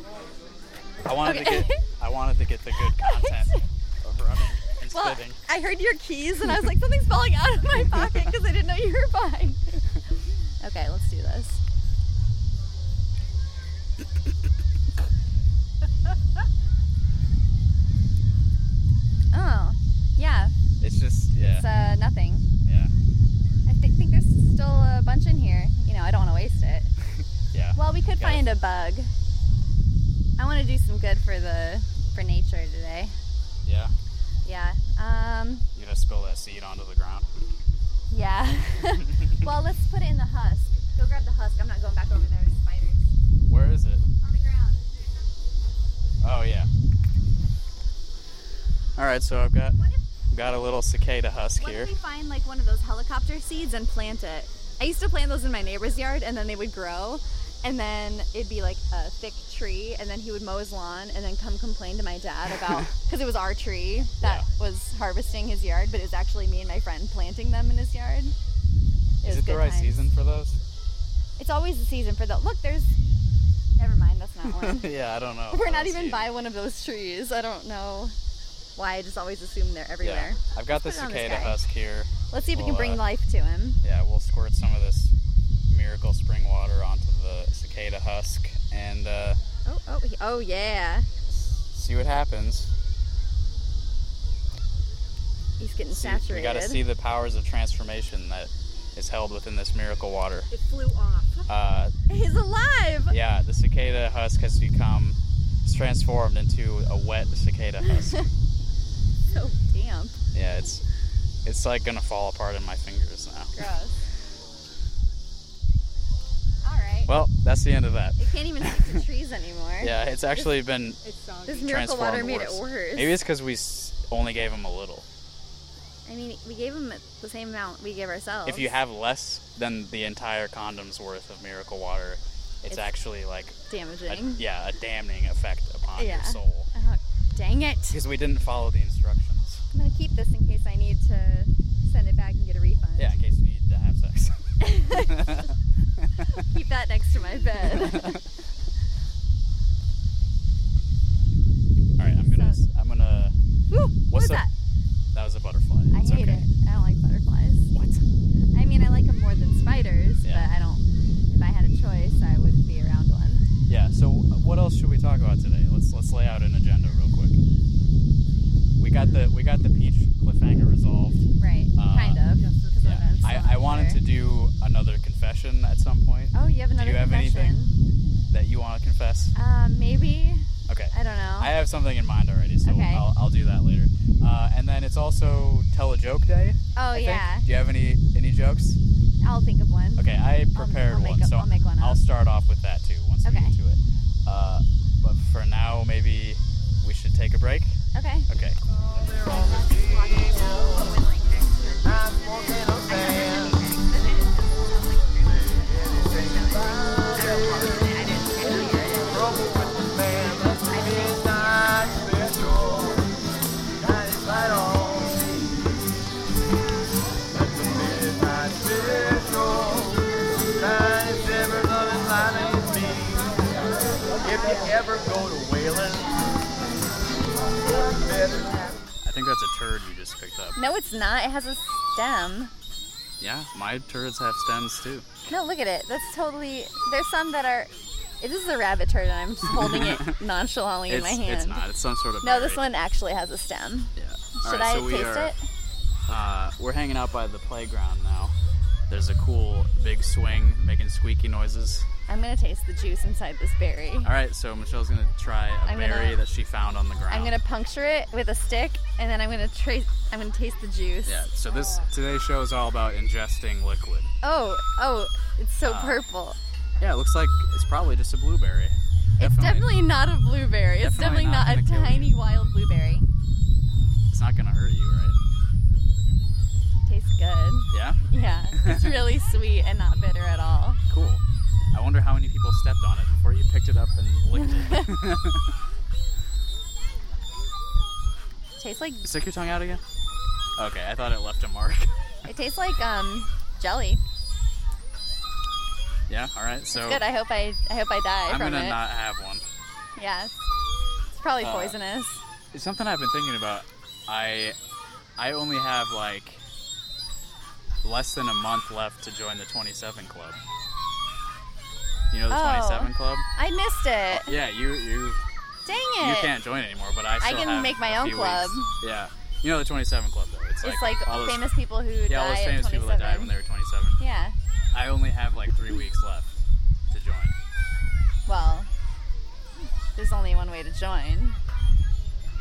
[SPEAKER 1] <laughs> I wanted
[SPEAKER 2] Okay.
[SPEAKER 1] to get I wanted to get <laughs> the
[SPEAKER 2] <laughs>
[SPEAKER 1] good content of running and
[SPEAKER 2] Well,
[SPEAKER 1] spitting.
[SPEAKER 2] I heard your keys and I was like, something's falling out of my pocket because I didn't know you were buying. <laughs> Okay, let's do this. <laughs> Oh, uh, bug. I want to do some good for the for nature today.
[SPEAKER 1] Yeah.
[SPEAKER 2] Yeah. Um.
[SPEAKER 1] You're gonna spill that seed onto the ground.
[SPEAKER 2] Yeah. <laughs> well, let's put it in the husk. Go grab the husk. I'm not going back over there. There's spiders
[SPEAKER 1] Where is it?
[SPEAKER 2] on the ground.
[SPEAKER 1] Oh yeah. All right, so I've got
[SPEAKER 2] What if
[SPEAKER 1] got a little cicada husk
[SPEAKER 2] What
[SPEAKER 1] here.
[SPEAKER 2] if we find like one of those helicopter seeds and plant it? I used to plant those in my neighbor's yard, and then they would grow, and then it'd be like a thick tree, and then he would mow his lawn, and then come complain to my dad
[SPEAKER 1] <laughs>
[SPEAKER 2] about because it was our tree that was harvesting his yard, but it was actually me and my friend planting them in his yard. It
[SPEAKER 1] Is it
[SPEAKER 2] was
[SPEAKER 1] the
[SPEAKER 2] good
[SPEAKER 1] right
[SPEAKER 2] times.
[SPEAKER 1] season for those?
[SPEAKER 2] It's always the season for the look. There's never mind. That's not one.
[SPEAKER 1] <laughs> yeah, I don't know.
[SPEAKER 2] We're
[SPEAKER 1] I
[SPEAKER 2] not
[SPEAKER 1] don't see
[SPEAKER 2] even
[SPEAKER 1] it.
[SPEAKER 2] by one of those trees. I don't know why. I just always assume they're everywhere.
[SPEAKER 1] Yeah. I've got the
[SPEAKER 2] Let's put it on this
[SPEAKER 1] cicada
[SPEAKER 2] guy.
[SPEAKER 1] husk here.
[SPEAKER 2] Let's see if we
[SPEAKER 1] Well,
[SPEAKER 2] can bring
[SPEAKER 1] uh,
[SPEAKER 2] life to him.
[SPEAKER 1] Yeah, we'll squirt some of this miracle spring water onto the cicada husk and uh,
[SPEAKER 2] Oh, oh, he- oh, yeah.
[SPEAKER 1] see what happens.
[SPEAKER 2] He's getting
[SPEAKER 1] See-
[SPEAKER 2] saturated.
[SPEAKER 1] we gotta see the powers of transformation that is held within this miracle water.
[SPEAKER 3] It flew off.
[SPEAKER 1] Uh,
[SPEAKER 2] <laughs> He's alive.
[SPEAKER 1] yeah, the cicada husk has become it's transformed into a wet cicada husk.
[SPEAKER 2] <laughs> So damp.
[SPEAKER 1] yeah, it's it's like gonna fall apart in my fingers now.
[SPEAKER 2] Gross. All right.
[SPEAKER 1] Well, that's the end of that.
[SPEAKER 2] it can't even stick
[SPEAKER 1] <laughs>
[SPEAKER 2] to trees anymore.
[SPEAKER 1] Yeah,
[SPEAKER 2] <laughs>
[SPEAKER 1] it's actually been
[SPEAKER 3] It's soggy.
[SPEAKER 2] This miracle water
[SPEAKER 1] transformed
[SPEAKER 2] made it
[SPEAKER 1] worse.
[SPEAKER 2] worse.
[SPEAKER 1] Maybe it's because we s- only gave him a little.
[SPEAKER 2] I mean, we gave him the same amount we gave ourselves.
[SPEAKER 1] If you have less than the entire condom's worth of miracle water, it's,
[SPEAKER 2] It's-
[SPEAKER 1] actually like a,
[SPEAKER 2] damaging.
[SPEAKER 1] yeah, a damning effect upon your
[SPEAKER 2] Yeah.
[SPEAKER 1] soul
[SPEAKER 2] Oh, dang it.
[SPEAKER 1] because we didn't follow the instructions.
[SPEAKER 2] I'm gonna keep this in case I need to send it back and get a refund.
[SPEAKER 1] Yeah, <laughs> in case you need to have sex.
[SPEAKER 2] <laughs> keep that next to my
[SPEAKER 1] <laughs>
[SPEAKER 2] bed.
[SPEAKER 1] All right, I'm gonna
[SPEAKER 2] So-
[SPEAKER 1] I'm gonna
[SPEAKER 2] Woo, what
[SPEAKER 1] What's up?
[SPEAKER 2] was that?
[SPEAKER 1] that was a butterfly.
[SPEAKER 2] I
[SPEAKER 1] it's
[SPEAKER 2] hate
[SPEAKER 1] okay.
[SPEAKER 2] it. I don't like butterflies.
[SPEAKER 1] What?
[SPEAKER 2] I mean, I like them more than spiders,
[SPEAKER 1] Yeah.
[SPEAKER 2] but I don't. If I had a choice, I would be around one.
[SPEAKER 1] Yeah. So what else should we talk about today? Let's let's lay out an agenda real quick. We got the we got the peach cliffhanger resolved.
[SPEAKER 2] Right.
[SPEAKER 1] Uh,
[SPEAKER 2] kind of. because
[SPEAKER 1] Yeah.
[SPEAKER 2] I'm still
[SPEAKER 1] I, I
[SPEAKER 2] not
[SPEAKER 1] wanted
[SPEAKER 2] sure.
[SPEAKER 1] to do another confession at some point
[SPEAKER 2] Oh, you have another
[SPEAKER 1] you have
[SPEAKER 2] confession.
[SPEAKER 1] that you want to confess.
[SPEAKER 2] Uh, maybe.
[SPEAKER 1] Okay.
[SPEAKER 2] I don't know.
[SPEAKER 1] I have something in mind already, so
[SPEAKER 2] Okay.
[SPEAKER 1] I'll, I'll do that later. Uh, and then it's also tell a joke day.
[SPEAKER 2] oh
[SPEAKER 1] I think.
[SPEAKER 2] yeah.
[SPEAKER 1] Do you have any any jokes?
[SPEAKER 2] I'll think of one.
[SPEAKER 1] Okay, I prepared
[SPEAKER 2] I'll make
[SPEAKER 1] one,
[SPEAKER 2] a-
[SPEAKER 1] so
[SPEAKER 2] I'll make one
[SPEAKER 1] I'll
[SPEAKER 2] up.
[SPEAKER 1] start off with that too once we
[SPEAKER 2] Okay.
[SPEAKER 1] get to it. Uh, but for now, maybe we should take a break.
[SPEAKER 2] Okay.
[SPEAKER 1] Okay.
[SPEAKER 4] If you ever go to Wayland, you better have
[SPEAKER 1] I think that's a turd you just picked up.
[SPEAKER 2] No, it's not. It has a stem.
[SPEAKER 1] Yeah, my turds have stems too.
[SPEAKER 2] No, look at it. That's totally. There's some that are. This is a rabbit turd, and I'm just
[SPEAKER 1] <laughs>
[SPEAKER 2] holding it nonchalantly in
[SPEAKER 1] It's,
[SPEAKER 2] my hand.
[SPEAKER 1] it's not. It's some sort of.
[SPEAKER 2] No, this
[SPEAKER 1] berry.
[SPEAKER 2] one actually has a stem.
[SPEAKER 1] Yeah. All
[SPEAKER 2] Should
[SPEAKER 1] right,
[SPEAKER 2] I
[SPEAKER 1] so we
[SPEAKER 2] taste
[SPEAKER 1] are,
[SPEAKER 2] it?
[SPEAKER 1] Uh, we're hanging out by the playground now. There's a cool big swing making squeaky noises.
[SPEAKER 2] I'm gonna taste the juice inside this berry.
[SPEAKER 1] All right, so Michelle's gonna try a
[SPEAKER 2] I'm gonna-
[SPEAKER 1] berry that she found on the ground.
[SPEAKER 2] I'm gonna puncture it with a stick, and then I'm gonna trace. I'm gonna taste the juice.
[SPEAKER 1] Yeah. So this today's show is all about ingesting liquid.
[SPEAKER 2] Oh, oh, it's so
[SPEAKER 1] Ah,
[SPEAKER 2] purple.
[SPEAKER 1] Yeah, it looks like it's probably just a blueberry.
[SPEAKER 2] It's definitely not a blueberry. It's
[SPEAKER 1] definitely
[SPEAKER 2] definitely
[SPEAKER 1] not
[SPEAKER 2] not, a
[SPEAKER 1] gonna kill you.
[SPEAKER 2] tiny wild blueberry.
[SPEAKER 1] It's not gonna hurt you, right?
[SPEAKER 2] Tastes good.
[SPEAKER 1] Yeah.
[SPEAKER 2] Yeah,
[SPEAKER 1] <laughs>
[SPEAKER 2] it's really sweet and not bitter at all.
[SPEAKER 1] Cool. I wonder how many people stepped on it before you picked it up and licked it.
[SPEAKER 2] <laughs>
[SPEAKER 1] <laughs>
[SPEAKER 2] tastes like
[SPEAKER 1] Stick your tongue out again. Okay, I thought it left a mark. <laughs>
[SPEAKER 2] it tastes like um jelly.
[SPEAKER 1] yeah. All right. So
[SPEAKER 2] It's good. I hope I I hope I die
[SPEAKER 1] Oh. I'm
[SPEAKER 2] from
[SPEAKER 1] gonna
[SPEAKER 2] it.
[SPEAKER 1] not have one.
[SPEAKER 2] Yeah, it's, it's probably
[SPEAKER 1] Uh,
[SPEAKER 2] poisonous.
[SPEAKER 1] It's something I've been thinking about. I I only have like less than a month left to join the 27 club. You know the
[SPEAKER 2] Oh.
[SPEAKER 1] 27
[SPEAKER 2] <laughs>
[SPEAKER 1] club?
[SPEAKER 2] I missed it.
[SPEAKER 1] Yeah, you you
[SPEAKER 2] Dang
[SPEAKER 1] you
[SPEAKER 2] it.
[SPEAKER 1] can't join anymore, but I
[SPEAKER 2] I
[SPEAKER 1] still
[SPEAKER 2] can
[SPEAKER 1] have
[SPEAKER 2] make my
[SPEAKER 1] a
[SPEAKER 2] own
[SPEAKER 1] few
[SPEAKER 2] club.
[SPEAKER 1] weeks. Yeah, you know the 27 club though. It's like,
[SPEAKER 2] It's like
[SPEAKER 1] all those,
[SPEAKER 2] famous people who die
[SPEAKER 1] Yeah, all those
[SPEAKER 2] at
[SPEAKER 1] famous
[SPEAKER 2] 27.
[SPEAKER 1] people that died when they were 27.
[SPEAKER 2] yeah.
[SPEAKER 1] I only have like three weeks left to join.
[SPEAKER 2] Well, there's only one way to join.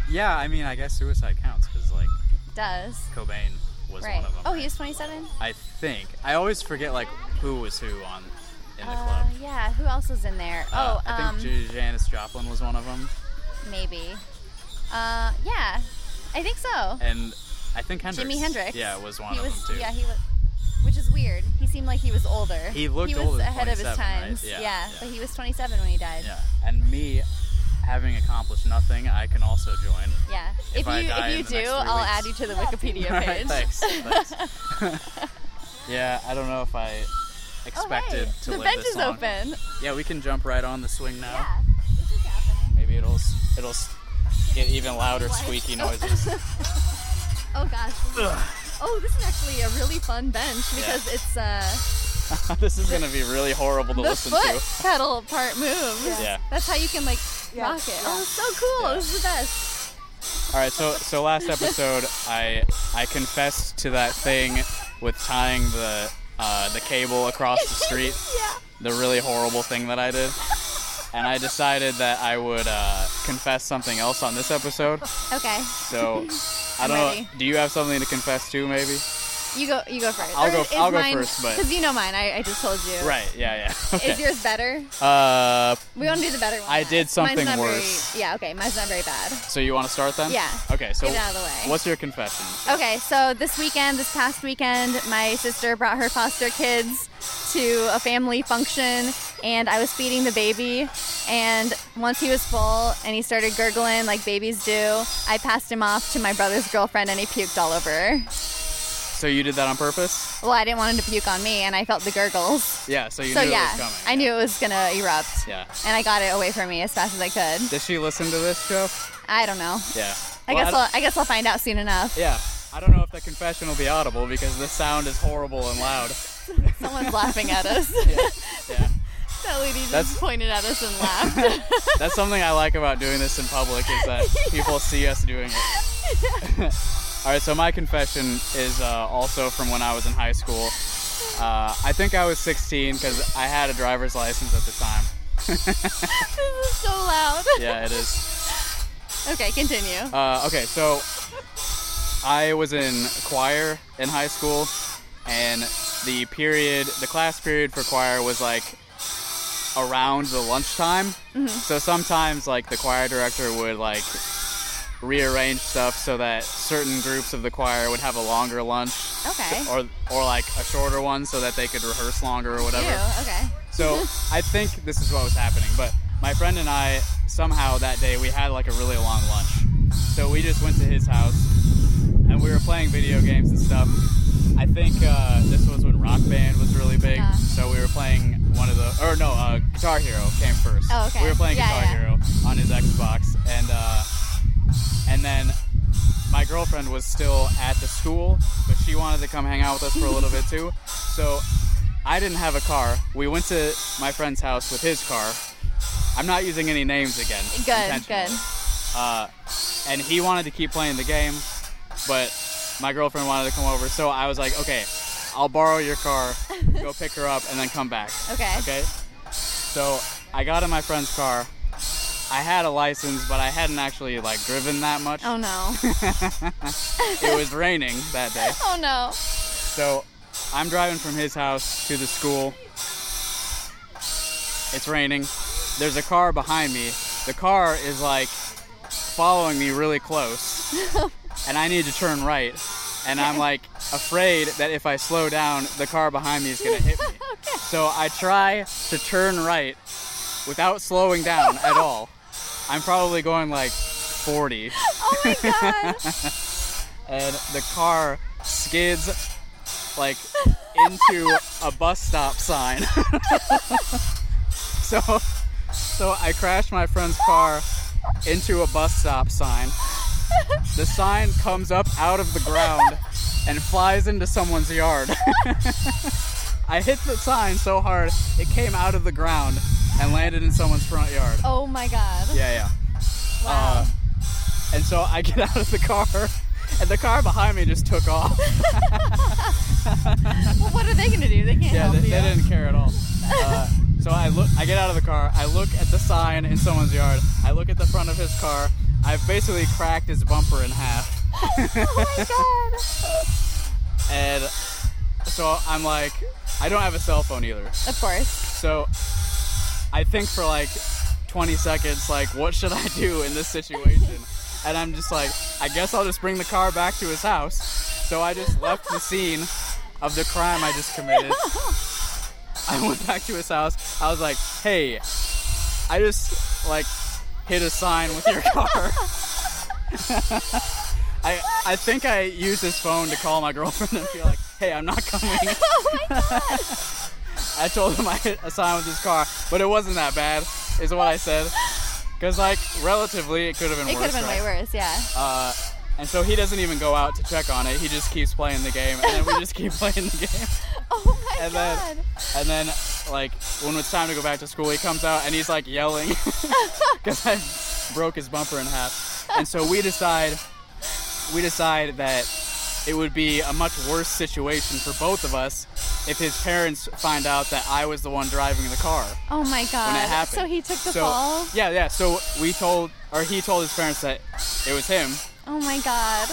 [SPEAKER 1] Yeah, I mean, I guess suicide counts because like
[SPEAKER 2] Does.
[SPEAKER 1] Cobain was
[SPEAKER 2] Right.
[SPEAKER 1] one of them.
[SPEAKER 2] Oh,
[SPEAKER 1] right?
[SPEAKER 2] he was 27?
[SPEAKER 1] I think I always forget like who was who on in the
[SPEAKER 2] Uh,
[SPEAKER 1] club.
[SPEAKER 2] yeah, who else was in there?
[SPEAKER 1] Uh,
[SPEAKER 2] oh,
[SPEAKER 1] I
[SPEAKER 2] um,
[SPEAKER 1] think J- Janis Joplin was one of them,
[SPEAKER 2] maybe. Uh, yeah, I think so.
[SPEAKER 1] and I think Hendrix.
[SPEAKER 2] Jimi Hendrix.
[SPEAKER 1] Yeah, was one
[SPEAKER 2] he
[SPEAKER 1] of
[SPEAKER 2] was,
[SPEAKER 1] them too.
[SPEAKER 2] Yeah, he was. Which is weird. He seemed like he was older.
[SPEAKER 1] He looked
[SPEAKER 2] was
[SPEAKER 1] older than
[SPEAKER 2] ahead of
[SPEAKER 1] 27,
[SPEAKER 2] his
[SPEAKER 1] right?
[SPEAKER 2] times.
[SPEAKER 1] Yeah, yeah.
[SPEAKER 2] but he was 27 when he died.
[SPEAKER 1] Yeah, and me, having accomplished nothing, I can also join. <laughs>
[SPEAKER 2] Yeah. If,
[SPEAKER 1] I
[SPEAKER 2] you
[SPEAKER 1] die in
[SPEAKER 2] if
[SPEAKER 1] the
[SPEAKER 2] you
[SPEAKER 1] next
[SPEAKER 2] do,
[SPEAKER 1] three
[SPEAKER 2] I'll
[SPEAKER 1] weeks.
[SPEAKER 2] add you to the Wikipedia
[SPEAKER 1] All
[SPEAKER 2] page.
[SPEAKER 1] right, thanks.
[SPEAKER 2] <laughs>
[SPEAKER 1] thanks. yeah, I don't know if I
[SPEAKER 2] Oh, hey,
[SPEAKER 1] expected to
[SPEAKER 2] the
[SPEAKER 1] live
[SPEAKER 2] bench
[SPEAKER 1] this
[SPEAKER 2] is
[SPEAKER 1] long.
[SPEAKER 2] open.
[SPEAKER 1] Yeah, we can jump right on the swing now.
[SPEAKER 2] Yeah, this is happening.
[SPEAKER 1] Maybe it'll s- it'll s- get even louder squeaky noises.
[SPEAKER 2] Oh gosh. this is- Oh, this is actually a really fun bench because it's uh.
[SPEAKER 1] <laughs> this is gonna be really horrible to
[SPEAKER 2] the
[SPEAKER 1] listen
[SPEAKER 2] foot
[SPEAKER 1] to.
[SPEAKER 2] pedal part moves.
[SPEAKER 1] Yeah.
[SPEAKER 2] That's how you can like
[SPEAKER 3] Yeah.
[SPEAKER 2] rock it. Oh, it's so cool.
[SPEAKER 1] Yeah.
[SPEAKER 2] This is the best.
[SPEAKER 1] All right, so so last episode, I I confessed to that thing with tying the uh, the cable across the
[SPEAKER 2] <laughs>
[SPEAKER 1] street,
[SPEAKER 2] Yeah.
[SPEAKER 1] the really horrible thing that I did, and I decided that I would uh, confess something else on this episode.
[SPEAKER 2] Okay.
[SPEAKER 1] So I
[SPEAKER 2] <laughs> I'm
[SPEAKER 1] don't know.
[SPEAKER 2] ready.
[SPEAKER 1] Do you have something to confess to, maybe?
[SPEAKER 2] You go you go first.
[SPEAKER 1] I'll
[SPEAKER 2] Or
[SPEAKER 1] go-
[SPEAKER 2] is
[SPEAKER 1] I'll go
[SPEAKER 2] mine,
[SPEAKER 1] first, but-
[SPEAKER 2] Because you know mine. I, I just told you.
[SPEAKER 1] Right. Yeah. <laughs> Yeah.
[SPEAKER 2] Is yours better?
[SPEAKER 1] Uh,
[SPEAKER 2] We want to do the better one.
[SPEAKER 1] I
[SPEAKER 2] last.
[SPEAKER 1] did something
[SPEAKER 2] Mine's not
[SPEAKER 1] worse.
[SPEAKER 2] Very, yeah, okay. Mine's not very bad.
[SPEAKER 1] so you want to start then?
[SPEAKER 2] Yeah.
[SPEAKER 1] Okay. So
[SPEAKER 2] Get it out of the way.
[SPEAKER 1] what's your confession?
[SPEAKER 2] Okay, so this weekend, this past weekend, my sister brought her foster kids to a family function, and I was feeding the baby. And once he was full and he started gurgling like babies do, I passed him off to my brother's girlfriend, and he puked all over. her.
[SPEAKER 1] So you did that on purpose?
[SPEAKER 2] Well, I didn't want him to puke on me, and I felt the gurgles.
[SPEAKER 1] Yeah. So you
[SPEAKER 2] so
[SPEAKER 1] knew
[SPEAKER 2] yeah,
[SPEAKER 1] it was coming.
[SPEAKER 2] I knew it was gonna erupt.
[SPEAKER 1] Yeah.
[SPEAKER 2] And I got it away from me as fast as I could.
[SPEAKER 1] Does she listen to this show?
[SPEAKER 2] I don't know.
[SPEAKER 1] Yeah.
[SPEAKER 2] I
[SPEAKER 1] Well,
[SPEAKER 2] guess
[SPEAKER 1] don't-
[SPEAKER 2] I'll, I guess I'll find out soon
[SPEAKER 1] <laughs>
[SPEAKER 2] enough.
[SPEAKER 1] Yeah. I don't know if the confession will be audible because the sound is horrible and loud.
[SPEAKER 2] Someone's laughing at us.
[SPEAKER 1] <laughs> Yeah. yeah.
[SPEAKER 2] <laughs> That lady just
[SPEAKER 1] That's-
[SPEAKER 2] pointed at us and
[SPEAKER 1] <laughs>
[SPEAKER 2] laughed. <laughs>
[SPEAKER 1] That's something I like about doing this in public is that people see us doing it.
[SPEAKER 2] <laughs>
[SPEAKER 1] All right, so my confession is uh, also from when I was in high school. Uh, I think I was 16 because I had a driver's license at the time.
[SPEAKER 2] this is so loud.
[SPEAKER 1] Yeah, it is.
[SPEAKER 2] Okay, continue.
[SPEAKER 1] Uh, okay, so I was in choir in high school, and the period, the class period for choir was like around the lunchtime. So sometimes, like, the choir director would like rearrange stuff so that certain groups of the choir would have a longer lunch.
[SPEAKER 2] Okay.
[SPEAKER 1] Or, or like a shorter one so that they could rehearse longer or whatever.
[SPEAKER 2] Ew, okay.
[SPEAKER 1] So I think this is what was happening. But my friend and I somehow that day we had like a really long lunch. So we just went to his house and we were playing video games and stuff. I think uh, this was when Rock Band was really big.
[SPEAKER 2] Uh.
[SPEAKER 1] So we were playing one of the or no uh, Guitar Hero came first.
[SPEAKER 2] Oh, okay.
[SPEAKER 1] We were playing
[SPEAKER 2] Yeah,
[SPEAKER 1] Guitar
[SPEAKER 2] yeah.
[SPEAKER 1] Hero on his Xbox and uh, and then. My girlfriend was still at the school, but she wanted to come hang out with us for a little bit too. So I didn't have a car. We went to my friend's house with his car. I'm not using any names again.
[SPEAKER 2] Good,
[SPEAKER 1] intentionally.
[SPEAKER 2] good.
[SPEAKER 1] Uh, and he wanted to keep playing the game, but my girlfriend wanted to come over. So I was like, okay, I'll borrow your
[SPEAKER 2] <laughs>
[SPEAKER 1] car, go pick her up, and then come back.
[SPEAKER 2] Okay.
[SPEAKER 1] Okay. So I got in my friend's car. I had a license, but I hadn't actually like driven that much. <laughs>
[SPEAKER 2] Oh no.
[SPEAKER 1] It was raining that day.
[SPEAKER 2] Oh no.
[SPEAKER 1] So I'm driving from his house to the school. It's raining. There's a car behind me. The car is like following me really close. and I need to turn right. And I'm like afraid that if I slow down, the car behind me is going to hit me. So I try to turn right without slowing down at all. I'm probably going like 40
[SPEAKER 2] Oh
[SPEAKER 1] <laughs>
[SPEAKER 2] my god.
[SPEAKER 1] and the car skids like into a bus stop sign. <laughs> so so I crashed my friend's car into a bus stop sign. The sign comes up out of the ground and flies into someone's yard. <laughs> I hit the sign so hard it came out of the ground and landed in someone's front yard.
[SPEAKER 2] Oh my god.
[SPEAKER 1] Yeah, yeah.
[SPEAKER 2] Wow.
[SPEAKER 1] Uh, and so I get out of the car, and the car behind me just took off.
[SPEAKER 2] well, what are they gonna do? They can't
[SPEAKER 1] yeah,
[SPEAKER 2] help
[SPEAKER 1] they,
[SPEAKER 2] you.
[SPEAKER 1] they didn't care at all. Uh, So I look, I get out of the car, I look at the sign in someone's yard, I look at the front of his car, I've basically cracked his bumper in half.
[SPEAKER 2] <laughs>
[SPEAKER 1] <laughs>
[SPEAKER 2] Oh my god.
[SPEAKER 1] And so I'm like, I don't have a cell phone either.
[SPEAKER 2] Of course.
[SPEAKER 1] So I think for like 20 seconds, like, what should I do in this situation? And I'm just like, I guess I'll just bring the car back to his house. So I just left the scene of the crime I just committed. <laughs> I went back to his house. I was like, hey, I just like hit a sign with your car. <laughs> I, I think I used his phone to call my girlfriend and be like, hey, I'm not
[SPEAKER 2] <laughs>
[SPEAKER 1] coming.
[SPEAKER 2] Oh
[SPEAKER 1] <laughs> I told him I hit a sign with his car, but it wasn't that bad, is what I said. Because, like, relatively, it could have been
[SPEAKER 2] It could
[SPEAKER 1] worse.
[SPEAKER 2] have been
[SPEAKER 1] right?
[SPEAKER 2] way worse, yeah.
[SPEAKER 1] Uh, and so he doesn't even go out to check on it. He just keeps playing the game, and then we just keep <laughs> playing the game.
[SPEAKER 2] Oh my
[SPEAKER 1] And
[SPEAKER 2] god.
[SPEAKER 1] then, and then, like, when it's time to go back to school, he comes out and he's like yelling <laughs> because I broke his bumper in half. And so we decide, we decide that it would be a much worse situation for both of us if his parents find out that I was the one driving the car
[SPEAKER 2] oh my god.
[SPEAKER 1] when it happened.
[SPEAKER 2] So he took the
[SPEAKER 1] So-
[SPEAKER 2] fall?
[SPEAKER 1] Yeah, yeah. So we told, or he told his parents that it was him.
[SPEAKER 2] Oh my god.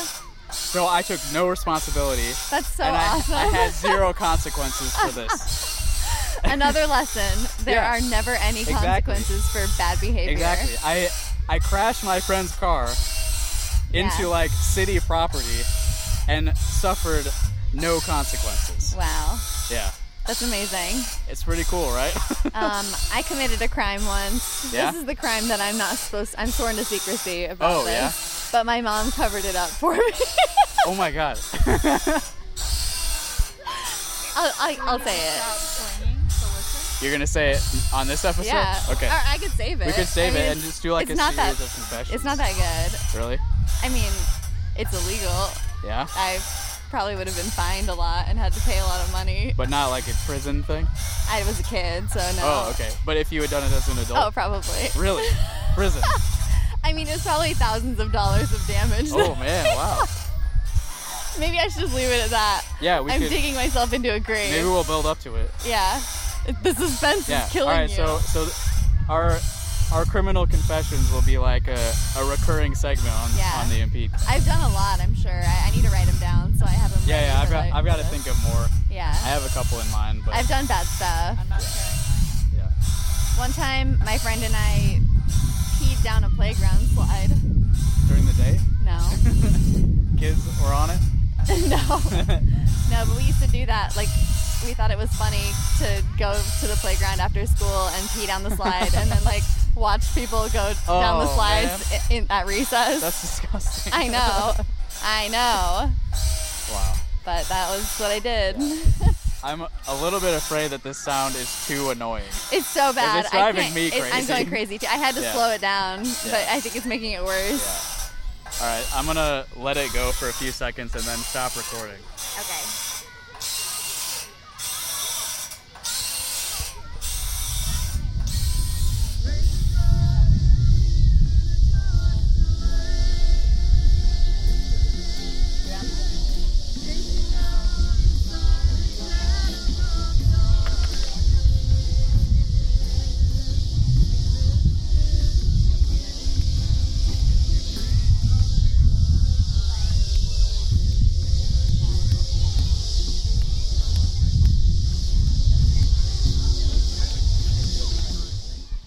[SPEAKER 1] So I took no responsibility.
[SPEAKER 2] That's so
[SPEAKER 1] and I,
[SPEAKER 2] awesome.
[SPEAKER 1] I had <laughs> zero consequences for this.
[SPEAKER 2] <laughs> Another lesson. There
[SPEAKER 1] Yeah.
[SPEAKER 2] are never any
[SPEAKER 1] Exactly.
[SPEAKER 2] consequences for bad behavior.
[SPEAKER 1] Exactly. I I crashed my friend's car into
[SPEAKER 2] Yeah.
[SPEAKER 1] like city property and suffered no consequences.
[SPEAKER 2] Wow.
[SPEAKER 1] Yeah.
[SPEAKER 2] That's
[SPEAKER 1] <laughs>
[SPEAKER 2] amazing.
[SPEAKER 1] It's pretty cool, right? <laughs>
[SPEAKER 2] Um, I committed a crime once.
[SPEAKER 1] Yeah?
[SPEAKER 2] This is the crime that I'm not supposed. I'm sworn to secrecy about
[SPEAKER 1] Oh,
[SPEAKER 2] this.
[SPEAKER 1] yeah?
[SPEAKER 2] But my mom covered it up for <laughs> me.
[SPEAKER 1] oh my god. <laughs>
[SPEAKER 2] I'll, I'll, I'll say it.
[SPEAKER 1] You're gonna say it on this episode?
[SPEAKER 2] Yeah.
[SPEAKER 1] Okay.
[SPEAKER 2] Or I could save it.
[SPEAKER 1] We could save
[SPEAKER 2] I mean,
[SPEAKER 1] it and just do like
[SPEAKER 2] it's
[SPEAKER 1] a
[SPEAKER 2] not
[SPEAKER 1] series
[SPEAKER 2] that-
[SPEAKER 1] of confessions.
[SPEAKER 2] It's not that good.
[SPEAKER 1] really?
[SPEAKER 2] I mean, it's illegal.
[SPEAKER 1] Yeah.
[SPEAKER 2] I probably would have been fined a lot and had to pay a lot of money.
[SPEAKER 1] But not like a prison thing?
[SPEAKER 2] I was a kid, so no.
[SPEAKER 1] Oh, okay. But if you had done it as an
[SPEAKER 2] Oh,
[SPEAKER 1] adult.
[SPEAKER 2] probably. <laughs>
[SPEAKER 1] Really? Prison.
[SPEAKER 2] I mean, it was probably thousands of dollars of damage.
[SPEAKER 1] oh man, wow.
[SPEAKER 2] <laughs> Maybe I should just leave it at that.
[SPEAKER 1] Yeah, we
[SPEAKER 2] I'm
[SPEAKER 1] could
[SPEAKER 2] digging myself into a grave.
[SPEAKER 1] maybe we'll build up to it.
[SPEAKER 2] Yeah. The suspense
[SPEAKER 1] Yeah.
[SPEAKER 2] is killing
[SPEAKER 1] All right.
[SPEAKER 2] you.
[SPEAKER 1] So so th- our our criminal confessions will be like a, a recurring segment on
[SPEAKER 2] Yeah.
[SPEAKER 1] on the impede.
[SPEAKER 2] I've done a lot, I'm sure. I, I need to write them down so I have them.
[SPEAKER 1] Yeah,
[SPEAKER 2] ready
[SPEAKER 1] yeah. I've
[SPEAKER 2] for
[SPEAKER 1] got,
[SPEAKER 2] the-
[SPEAKER 1] I've got to
[SPEAKER 2] for
[SPEAKER 1] think
[SPEAKER 2] this.
[SPEAKER 1] of more.
[SPEAKER 2] Yeah.
[SPEAKER 1] I have a couple in mind, but
[SPEAKER 2] I've done bad stuff.
[SPEAKER 3] I'm not sharing.
[SPEAKER 1] yeah.
[SPEAKER 2] One time, my friend and I peed down a playground slide.
[SPEAKER 1] During the day, <laughs>
[SPEAKER 2] No. <laughs>
[SPEAKER 1] kids were on it.
[SPEAKER 2] no. No, but we used to do that. Like, we thought it was funny to go to the playground after school and pee down the slide and
[SPEAKER 1] <laughs>
[SPEAKER 2] then, like, watch people go down the
[SPEAKER 1] Oh,
[SPEAKER 2] slides in, in, at
[SPEAKER 1] <laughs>
[SPEAKER 2] recess.
[SPEAKER 1] That's disgusting.
[SPEAKER 2] <laughs> I know. I know.
[SPEAKER 1] <laughs> wow.
[SPEAKER 2] But that was what I did.
[SPEAKER 1] I'm a little bit afraid that this sound is too annoying.
[SPEAKER 2] <laughs> It's so bad.
[SPEAKER 1] it's
[SPEAKER 2] I
[SPEAKER 1] driving
[SPEAKER 2] can't-
[SPEAKER 1] me
[SPEAKER 2] it- I'm
[SPEAKER 1] crazy.
[SPEAKER 2] going crazy too. I had to
[SPEAKER 1] Yeah.
[SPEAKER 2] slow it down, but
[SPEAKER 1] Yeah.
[SPEAKER 2] I think it's making it
[SPEAKER 1] Yeah.
[SPEAKER 2] worse.
[SPEAKER 1] All right. I'm gonna let it go for a few seconds and then stop recording.
[SPEAKER 2] Okay.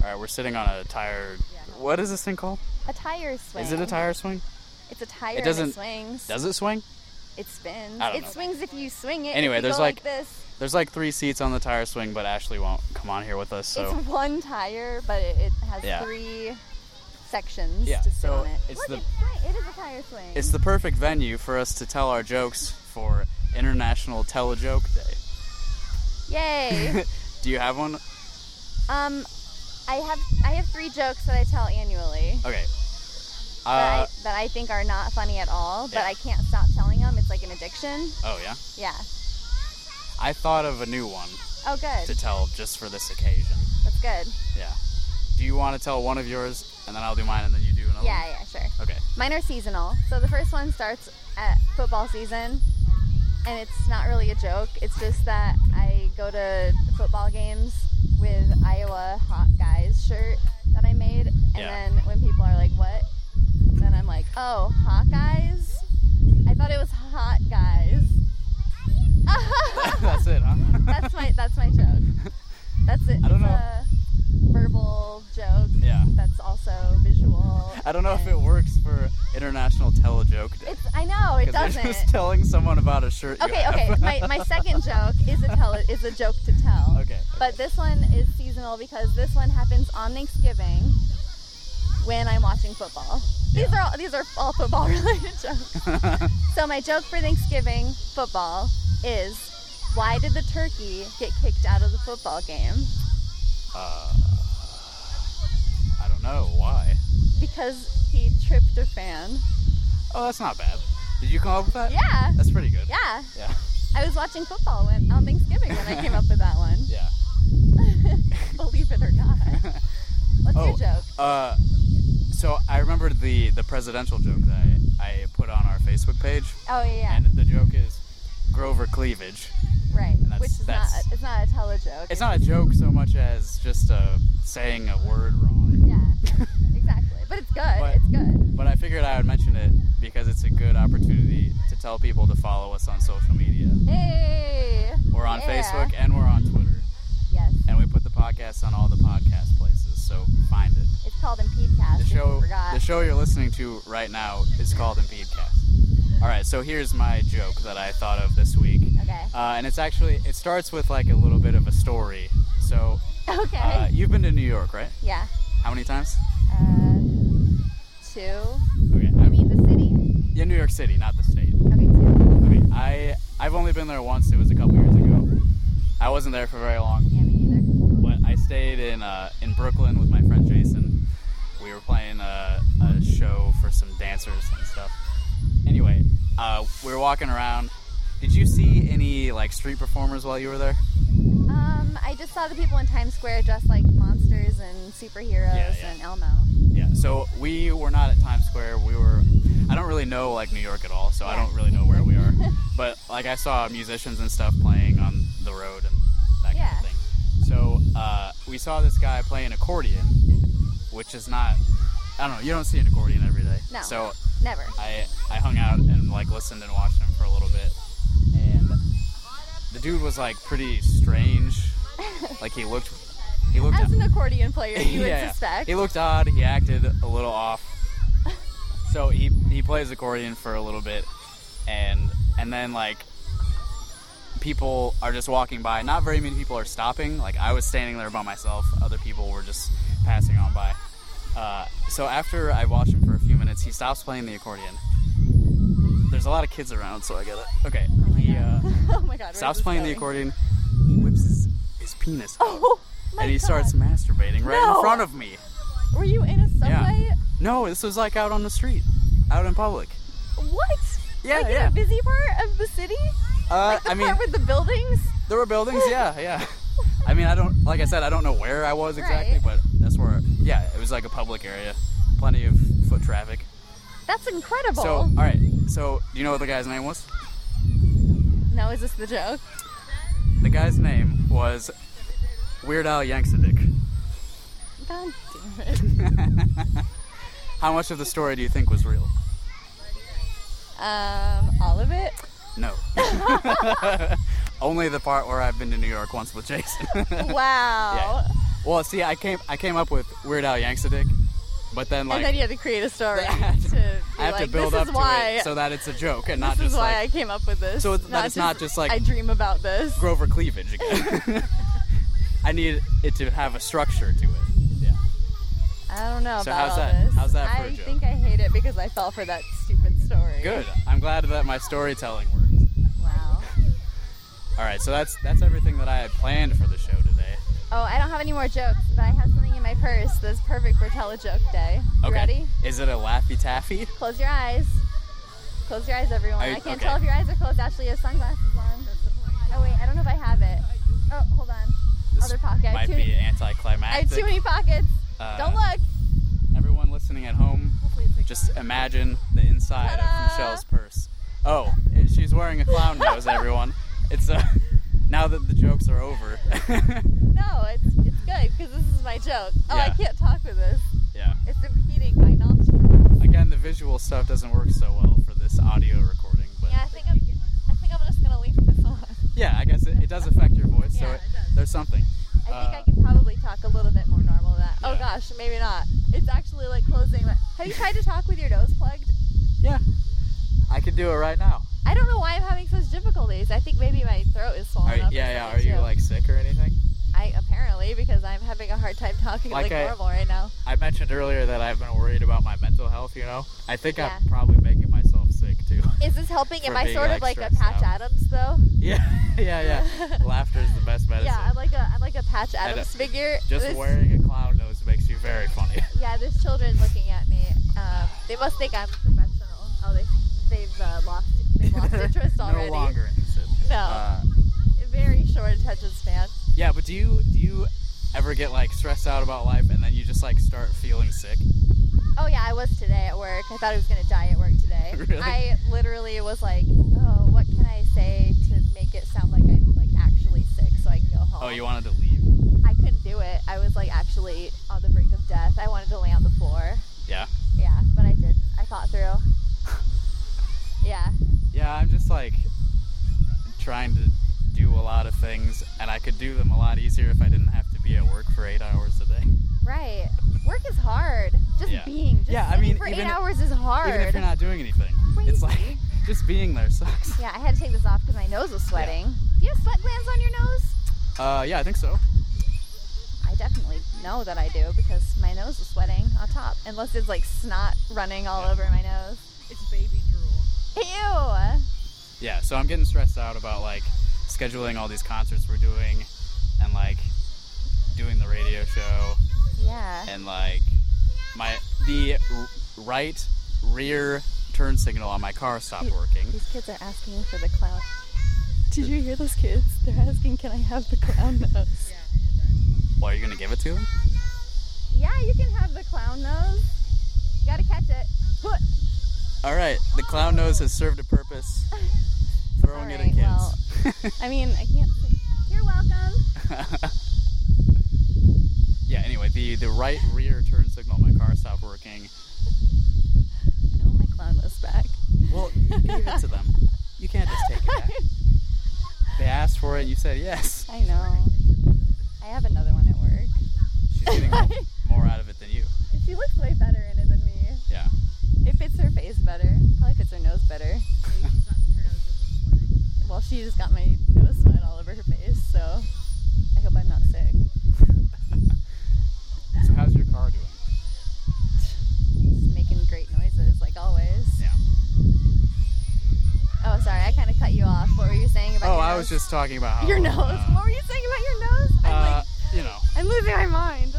[SPEAKER 1] All right. We're sitting on a tire. What is this thing called?
[SPEAKER 2] A tire swing.
[SPEAKER 1] Is it a tire swing?
[SPEAKER 2] It's a tire.
[SPEAKER 1] It doesn't-
[SPEAKER 2] And it swings.
[SPEAKER 1] Does it swing?
[SPEAKER 2] It spins.
[SPEAKER 1] I don't
[SPEAKER 2] It
[SPEAKER 1] know.
[SPEAKER 2] swings if you swing it. If
[SPEAKER 1] Anyway,
[SPEAKER 2] you
[SPEAKER 1] there's
[SPEAKER 2] go
[SPEAKER 1] like-
[SPEAKER 2] this.
[SPEAKER 1] There's like three seats on the tire swing, but Ashley won't come on here with us. So
[SPEAKER 2] It's one tire, but it, it has
[SPEAKER 1] Yeah.
[SPEAKER 2] three sections
[SPEAKER 1] Yeah,
[SPEAKER 2] to sit
[SPEAKER 1] so
[SPEAKER 2] on it.
[SPEAKER 1] it's
[SPEAKER 2] Look,
[SPEAKER 1] the-
[SPEAKER 2] it's swing. It is a tire swing.
[SPEAKER 1] it's the perfect venue for us to tell our jokes for International Tell a Joke Day.
[SPEAKER 2] Yay.
[SPEAKER 1] <laughs> Do you have one?
[SPEAKER 2] um, I have I have three jokes that I tell annually.
[SPEAKER 1] Okay.
[SPEAKER 2] that,
[SPEAKER 1] Uh,
[SPEAKER 2] I, that I think are not funny at all, but
[SPEAKER 1] Yeah.
[SPEAKER 2] I can't stop telling them. It's like an addiction.
[SPEAKER 1] oh yeah.
[SPEAKER 2] Yeah.
[SPEAKER 1] I thought of a new one
[SPEAKER 2] Oh, good.
[SPEAKER 1] to tell just for this occasion.
[SPEAKER 2] That's good.
[SPEAKER 1] Yeah. Do you want to tell one of yours, and then I'll do mine, and then you do another?
[SPEAKER 2] Yeah, yeah, sure.
[SPEAKER 1] One? Okay. <laughs>
[SPEAKER 2] Mine are seasonal. So the first one starts at football season, and it's not really a joke. It's just that I go to football games with Iowa Hot Guys shirt that I made. And
[SPEAKER 1] Yeah.
[SPEAKER 2] then when people are like, what? Then I'm like, oh, Hot Guys? I thought it was Hot
[SPEAKER 1] <laughs>
[SPEAKER 2] Guys.
[SPEAKER 1] That's it, huh?
[SPEAKER 2] <laughs> that's my that's my joke. That's it.
[SPEAKER 1] I don't
[SPEAKER 2] it's
[SPEAKER 1] know.
[SPEAKER 2] a verbal
[SPEAKER 1] <laughs>
[SPEAKER 2] joke
[SPEAKER 1] Yeah.
[SPEAKER 2] that's also visual.
[SPEAKER 1] I don't know if
[SPEAKER 2] and-
[SPEAKER 1] it works for International Telejoke Day.
[SPEAKER 2] It's, I know it
[SPEAKER 1] Because
[SPEAKER 2] doesn't.
[SPEAKER 1] you're just telling someone about a shirt. you
[SPEAKER 2] Okay,
[SPEAKER 1] have.
[SPEAKER 2] okay. My, my second joke is a tell is a joke to tell.
[SPEAKER 1] Okay,
[SPEAKER 2] But this one is seasonal because this one happens on Thanksgiving when I'm watching football. These
[SPEAKER 1] Yeah.
[SPEAKER 2] are all these are all football <laughs> related jokes.
[SPEAKER 1] Uh,
[SPEAKER 2] So my joke for Thanksgiving football is why did the turkey get kicked out of the football game?
[SPEAKER 1] uh, I don't know why.
[SPEAKER 2] Because he tripped a fan.
[SPEAKER 1] Oh, that's not bad. Did you come up with that?
[SPEAKER 2] Yeah.
[SPEAKER 1] That's pretty good.
[SPEAKER 2] Yeah.
[SPEAKER 1] Yeah.
[SPEAKER 2] I was watching football when, on Thanksgiving when I came up with that one.
[SPEAKER 1] <laughs>
[SPEAKER 2] <laughs>
[SPEAKER 1] Yeah.
[SPEAKER 2] Believe it or not. What's
[SPEAKER 1] Oh.
[SPEAKER 2] your joke?
[SPEAKER 1] Uh, so I remembered the the presidential joke that I, I put on our Facebook page,
[SPEAKER 2] Oh yeah, yeah.
[SPEAKER 1] and the joke is Grover cleavage.
[SPEAKER 2] right.
[SPEAKER 1] that's-
[SPEAKER 2] Which is not
[SPEAKER 1] that's-
[SPEAKER 2] it's not a telejoke.
[SPEAKER 1] It's not a joke so much as just a saying a word wrong.
[SPEAKER 2] Yeah,
[SPEAKER 1] <laughs>
[SPEAKER 2] exactly. But it's good.
[SPEAKER 1] But-
[SPEAKER 2] it's good.
[SPEAKER 1] But I figured I would mention it because it's a good opportunity to tell people to follow us on social media.
[SPEAKER 2] Hey.
[SPEAKER 1] We're on
[SPEAKER 2] yeah.
[SPEAKER 1] Facebook and we're on Twitter.
[SPEAKER 2] Yes.
[SPEAKER 1] And we put the podcast on all the podcast places, so find it.
[SPEAKER 2] It's called Impedecast.
[SPEAKER 1] The
[SPEAKER 2] if you
[SPEAKER 1] show
[SPEAKER 2] forgot.
[SPEAKER 1] the show you're listening to right now is called Impedecast. Alright, so here's my joke that I thought of this week.
[SPEAKER 2] Okay.
[SPEAKER 1] Uh, and it's actually it starts with like a little bit of a story. So
[SPEAKER 2] <laughs> okay.
[SPEAKER 1] uh, you've been to New York, right?
[SPEAKER 2] yeah.
[SPEAKER 1] How many times?
[SPEAKER 2] Uh, two.
[SPEAKER 1] Okay.
[SPEAKER 2] You
[SPEAKER 1] I've,
[SPEAKER 2] mean the city?
[SPEAKER 1] yeah, New York City, not the state.
[SPEAKER 2] Okay, two.
[SPEAKER 1] Okay, I I've only been there once. It was a couple years ago. I wasn't there for very long,
[SPEAKER 2] Yeah, me neither.
[SPEAKER 1] but I stayed in uh, in Brooklyn with my friend Jason. We were playing a, a show for some dancers and stuff. Anyway, uh, we were walking around. Did you see any like street performers while you were there?
[SPEAKER 2] Um, I just saw the people in Times Square dressed like monsters and superheroes
[SPEAKER 1] Yeah, yeah.
[SPEAKER 2] and Elmo.
[SPEAKER 1] Yeah. So we were not at Times Square. We were. I don't really know like New York at all, so I
[SPEAKER 2] Yeah.
[SPEAKER 1] don't really know where
[SPEAKER 2] <laughs>
[SPEAKER 1] we are. but like I saw musicians and stuff playing on the road and that
[SPEAKER 2] Yeah.
[SPEAKER 1] kind of thing. So uh, we saw this guy play an accordion, which is not. I don't know. You don't see an accordion every day.
[SPEAKER 2] No.
[SPEAKER 1] So
[SPEAKER 2] Never.
[SPEAKER 1] I I hung out and like listened and watched him for a little bit, and the dude was like pretty strange.
[SPEAKER 2] <laughs>
[SPEAKER 1] like he looked. He looked.
[SPEAKER 2] As an accordion player, <laughs> you would
[SPEAKER 1] <laughs> Yeah.
[SPEAKER 2] suspect.
[SPEAKER 1] He looked odd. He acted a little
[SPEAKER 2] <laughs>
[SPEAKER 1] off. so he he plays accordion for a little bit, and and then like people are just walking by. Not very many people are stopping. Like I was standing there by myself. Other people were just passing on by. Uh, so after I watch him for a few minutes, he stops playing the accordion. There's a lot of kids around, so I get it. Okay.
[SPEAKER 2] Oh my
[SPEAKER 1] he
[SPEAKER 2] <laughs>
[SPEAKER 1] uh,
[SPEAKER 2] god. oh my god. where is
[SPEAKER 1] stops
[SPEAKER 2] this
[SPEAKER 1] playing the
[SPEAKER 2] going?
[SPEAKER 1] accordion. He whips his, his penis out,
[SPEAKER 2] Oh my
[SPEAKER 1] and he
[SPEAKER 2] god.
[SPEAKER 1] starts masturbating right in
[SPEAKER 2] No.
[SPEAKER 1] front of me.
[SPEAKER 2] Were you in a subway?
[SPEAKER 1] No, this was like out on the street, out in public.
[SPEAKER 2] What?
[SPEAKER 1] Yeah,
[SPEAKER 2] like
[SPEAKER 1] yeah.
[SPEAKER 2] in a busy part of the city?
[SPEAKER 1] Uh,
[SPEAKER 2] like the
[SPEAKER 1] I mean,
[SPEAKER 2] part with the buildings?
[SPEAKER 1] there were buildings. Yeah, yeah. I mean, I don't like I said, I don't know where I was exactly,
[SPEAKER 2] Right.
[SPEAKER 1] but that's where. Yeah, it was like a public area, plenty of foot traffic.
[SPEAKER 2] That's incredible.
[SPEAKER 1] So, uh, all right. So, do you know what the guy's name was?
[SPEAKER 2] now is this the joke?
[SPEAKER 1] The guy's name was Weird Al Yankovic. <laughs>
[SPEAKER 2] God damn it.
[SPEAKER 1] How much of the story do you think was real?
[SPEAKER 2] Um, all
[SPEAKER 1] <laughs>
[SPEAKER 2] of it? <laughs>
[SPEAKER 1] No. Only the part where I've been to New York once with Jason. <laughs> Yeah.
[SPEAKER 2] Wow.
[SPEAKER 1] Well, see, I came I came up with Weird Al Yankovic, but then like
[SPEAKER 2] and then you had to create a story
[SPEAKER 1] I had to-
[SPEAKER 2] to be
[SPEAKER 1] I have
[SPEAKER 2] like,
[SPEAKER 1] to build
[SPEAKER 2] this
[SPEAKER 1] up
[SPEAKER 2] is
[SPEAKER 1] to
[SPEAKER 2] why
[SPEAKER 1] it so that it's a joke and not
[SPEAKER 2] this is
[SPEAKER 1] just
[SPEAKER 2] why
[SPEAKER 1] like
[SPEAKER 2] I came up with this.
[SPEAKER 1] So it's- that it's not just like-
[SPEAKER 2] I dream about this.
[SPEAKER 1] Grover cleavage
[SPEAKER 2] <laughs>
[SPEAKER 1] again. <laughs> I need it to have a structure to it. Yeah.
[SPEAKER 2] I don't know
[SPEAKER 1] So
[SPEAKER 2] about
[SPEAKER 1] how's
[SPEAKER 2] all
[SPEAKER 1] that-
[SPEAKER 2] this.
[SPEAKER 1] how's that for a
[SPEAKER 2] I
[SPEAKER 1] joke?
[SPEAKER 2] think I hate it because I fell for that stupid story.
[SPEAKER 1] Good. I'm glad that my storytelling worked.
[SPEAKER 2] Wow.
[SPEAKER 1] All right, so that's that's everything that I had planned for the show today.
[SPEAKER 2] Oh, I don't have any more jokes, but I have something in my purse that's perfect for telejoke day. You
[SPEAKER 1] Okay.
[SPEAKER 2] ready?
[SPEAKER 1] Is it a laffy taffy?
[SPEAKER 2] Close your eyes. Close your eyes, everyone.
[SPEAKER 1] Are you-
[SPEAKER 2] I can't
[SPEAKER 1] okay.
[SPEAKER 2] tell if your eyes are closed. Ashley has sunglasses on. Oh wait, I don't know if I have it. Oh, hold on.
[SPEAKER 1] This
[SPEAKER 2] Other pocket. I have
[SPEAKER 1] might
[SPEAKER 2] too
[SPEAKER 1] be
[SPEAKER 2] many- I
[SPEAKER 1] anticlimactic.
[SPEAKER 2] have too many pockets.
[SPEAKER 1] Uh,
[SPEAKER 2] don't look.
[SPEAKER 1] Everyone listening at home, just imagine the inside
[SPEAKER 2] Ta-da.
[SPEAKER 1] of Michelle's purse. Oh, it- she's wearing a
[SPEAKER 2] <laughs>
[SPEAKER 1] clown <laughs> nose, everyone. It's uh, now that the jokes are over. <laughs>
[SPEAKER 2] No, it's it's good because this is my joke. Oh, I
[SPEAKER 1] Yeah.
[SPEAKER 2] can't talk with this.
[SPEAKER 1] Yeah.
[SPEAKER 2] It's impeding my nostrils.
[SPEAKER 1] Again, the visual stuff doesn't work so well for this audio recording, but
[SPEAKER 2] Yeah, I think I'm. I think I'm just gonna leave this on.
[SPEAKER 1] yeah, I guess it, it does affect your voice, so it,
[SPEAKER 2] Yeah, it does.
[SPEAKER 1] there's something.
[SPEAKER 2] I think I
[SPEAKER 1] Uh,
[SPEAKER 2] could probably talk a little bit more normal than that. Oh
[SPEAKER 1] Yeah.
[SPEAKER 2] gosh, maybe not. It's actually like closing. My... Have you tried to talk with your nose plugged?
[SPEAKER 1] Yeah, I could do it right now.
[SPEAKER 2] I don't know why I'm having such difficulties. I think maybe my throat is swollen
[SPEAKER 1] Are, yeah,
[SPEAKER 2] up. or
[SPEAKER 1] yeah. Are
[SPEAKER 2] something,
[SPEAKER 1] you
[SPEAKER 2] too.
[SPEAKER 1] like sick or anything?
[SPEAKER 2] I apparently because I'm having a hard time talking
[SPEAKER 1] Like
[SPEAKER 2] like,
[SPEAKER 1] I-
[SPEAKER 2] normal right now.
[SPEAKER 1] I mentioned earlier that I've been worried about my mental health. You know, I think
[SPEAKER 2] Yeah.
[SPEAKER 1] I'm probably making myself sick too. <laughs>
[SPEAKER 2] Is this helping?
[SPEAKER 1] For
[SPEAKER 2] Am I
[SPEAKER 1] being,
[SPEAKER 2] sort
[SPEAKER 1] like,
[SPEAKER 2] of like
[SPEAKER 1] stressed
[SPEAKER 2] a Patch
[SPEAKER 1] out.
[SPEAKER 2] Adams though?
[SPEAKER 1] yeah, <laughs> yeah,
[SPEAKER 2] <laughs>
[SPEAKER 1] yeah. Laughter is the best medicine.
[SPEAKER 2] Yeah, I'm like a I'm like a Patch
[SPEAKER 1] I know.
[SPEAKER 2] Adams figure.
[SPEAKER 1] Just
[SPEAKER 2] This-
[SPEAKER 1] wearing a clown nose makes you
[SPEAKER 2] <laughs>
[SPEAKER 1] very funny.
[SPEAKER 2] Yeah, there's children looking at me. Um, they must think I'm a professional. Oh, they they've uh, lost they've
[SPEAKER 1] <laughs>
[SPEAKER 2] lost interest already.
[SPEAKER 1] no longer interested.
[SPEAKER 2] No.
[SPEAKER 1] Uh,
[SPEAKER 2] Very short attention span.
[SPEAKER 1] yeah, but do you do you ever get like stressed out about life and then you just like start feeling sick?
[SPEAKER 2] Oh yeah, I was today at work. I thought I was gonna die at work
[SPEAKER 1] <laughs>
[SPEAKER 2] today.
[SPEAKER 1] Really?
[SPEAKER 2] I literally was like, oh, what can I say to make it sound like I'm like actually sick so I can go home?
[SPEAKER 1] Oh, you wanted to leave.
[SPEAKER 2] I couldn't do it. I was like actually on the brink of death. I wanted to lay on the floor.
[SPEAKER 1] Yeah.
[SPEAKER 2] Yeah, but I did. I thought
[SPEAKER 1] <laughs>
[SPEAKER 2] through. yeah.
[SPEAKER 1] Yeah, I'm just like trying to do a lot of things and I could do them a lot easier if I didn't have to be at work for 8 hours a day.
[SPEAKER 2] Right. Work is hard. Just
[SPEAKER 1] Yeah.
[SPEAKER 2] being. Just
[SPEAKER 1] Yeah, I
[SPEAKER 2] sitting
[SPEAKER 1] mean,
[SPEAKER 2] for
[SPEAKER 1] even-
[SPEAKER 2] eight hours is hard.
[SPEAKER 1] Even if you're not doing anything. It's like <laughs>
[SPEAKER 2] Crazy.
[SPEAKER 1] just being there sucks.
[SPEAKER 2] yeah, I had to take this off because my nose was sweating. Do you have sweat glands on your nose?
[SPEAKER 1] Uh yeah, I think so.
[SPEAKER 2] I definitely know that I do because my nose is sweating on top. Unless it's like snot running all
[SPEAKER 1] Yeah.
[SPEAKER 2] over my nose.
[SPEAKER 3] It's baby drool.
[SPEAKER 2] Ew.
[SPEAKER 1] Yeah, so I'm getting stressed out about like scheduling all these concerts we're doing and like doing the radio show
[SPEAKER 2] Yeah.
[SPEAKER 1] and like my the r- right rear turn signal on my car stopped working.
[SPEAKER 2] These kids are asking for the
[SPEAKER 1] <laughs>
[SPEAKER 2] clown. Did you hear those kids? They're asking, can I have
[SPEAKER 1] <laughs>
[SPEAKER 2] the clown nose?
[SPEAKER 3] Yeah, I did that.
[SPEAKER 1] Well, are you gonna give it to him?
[SPEAKER 2] Yeah, you can have the clown nose. You gotta catch it. Put.
[SPEAKER 1] All right, the clown nose has served a purpose. Throwing
[SPEAKER 2] All
[SPEAKER 1] it
[SPEAKER 2] right,
[SPEAKER 1] at
[SPEAKER 2] well,
[SPEAKER 1] kids.
[SPEAKER 2] I mean, I can't. Say. You're welcome.
[SPEAKER 1] <laughs> yeah. Anyway, the the right rear turn signal on my car stopped working.
[SPEAKER 2] I want my clown nose back.
[SPEAKER 1] Well, give it to them.
[SPEAKER 2] <laughs>
[SPEAKER 1] You can't just take it back. They asked for it. You said yes.
[SPEAKER 2] I know. I have another one at work.
[SPEAKER 1] She's
[SPEAKER 2] <laughs>
[SPEAKER 1] getting more out of it than you.
[SPEAKER 2] She looks way better in it than me.
[SPEAKER 1] Yeah. <laughs>
[SPEAKER 2] It fits her face better. Probably fits her nose better.
[SPEAKER 3] Maybe she's not- her nose isn't sweating.
[SPEAKER 2] Well, she just got my nose sweat all over her face, so I hope I'm not sick.
[SPEAKER 1] So how's your car doing?
[SPEAKER 2] Just making great noises, like always.
[SPEAKER 1] Yeah.
[SPEAKER 2] Oh, sorry, I kind of cut you off. What were you saying about
[SPEAKER 1] Oh,
[SPEAKER 2] your
[SPEAKER 1] I
[SPEAKER 2] nose?
[SPEAKER 1] was just talking about how
[SPEAKER 2] <laughs> Your nose.
[SPEAKER 1] uh,
[SPEAKER 2] what were you saying about your nose? I'm
[SPEAKER 1] uh,
[SPEAKER 2] like,
[SPEAKER 1] you know,
[SPEAKER 2] I'm losing my mind.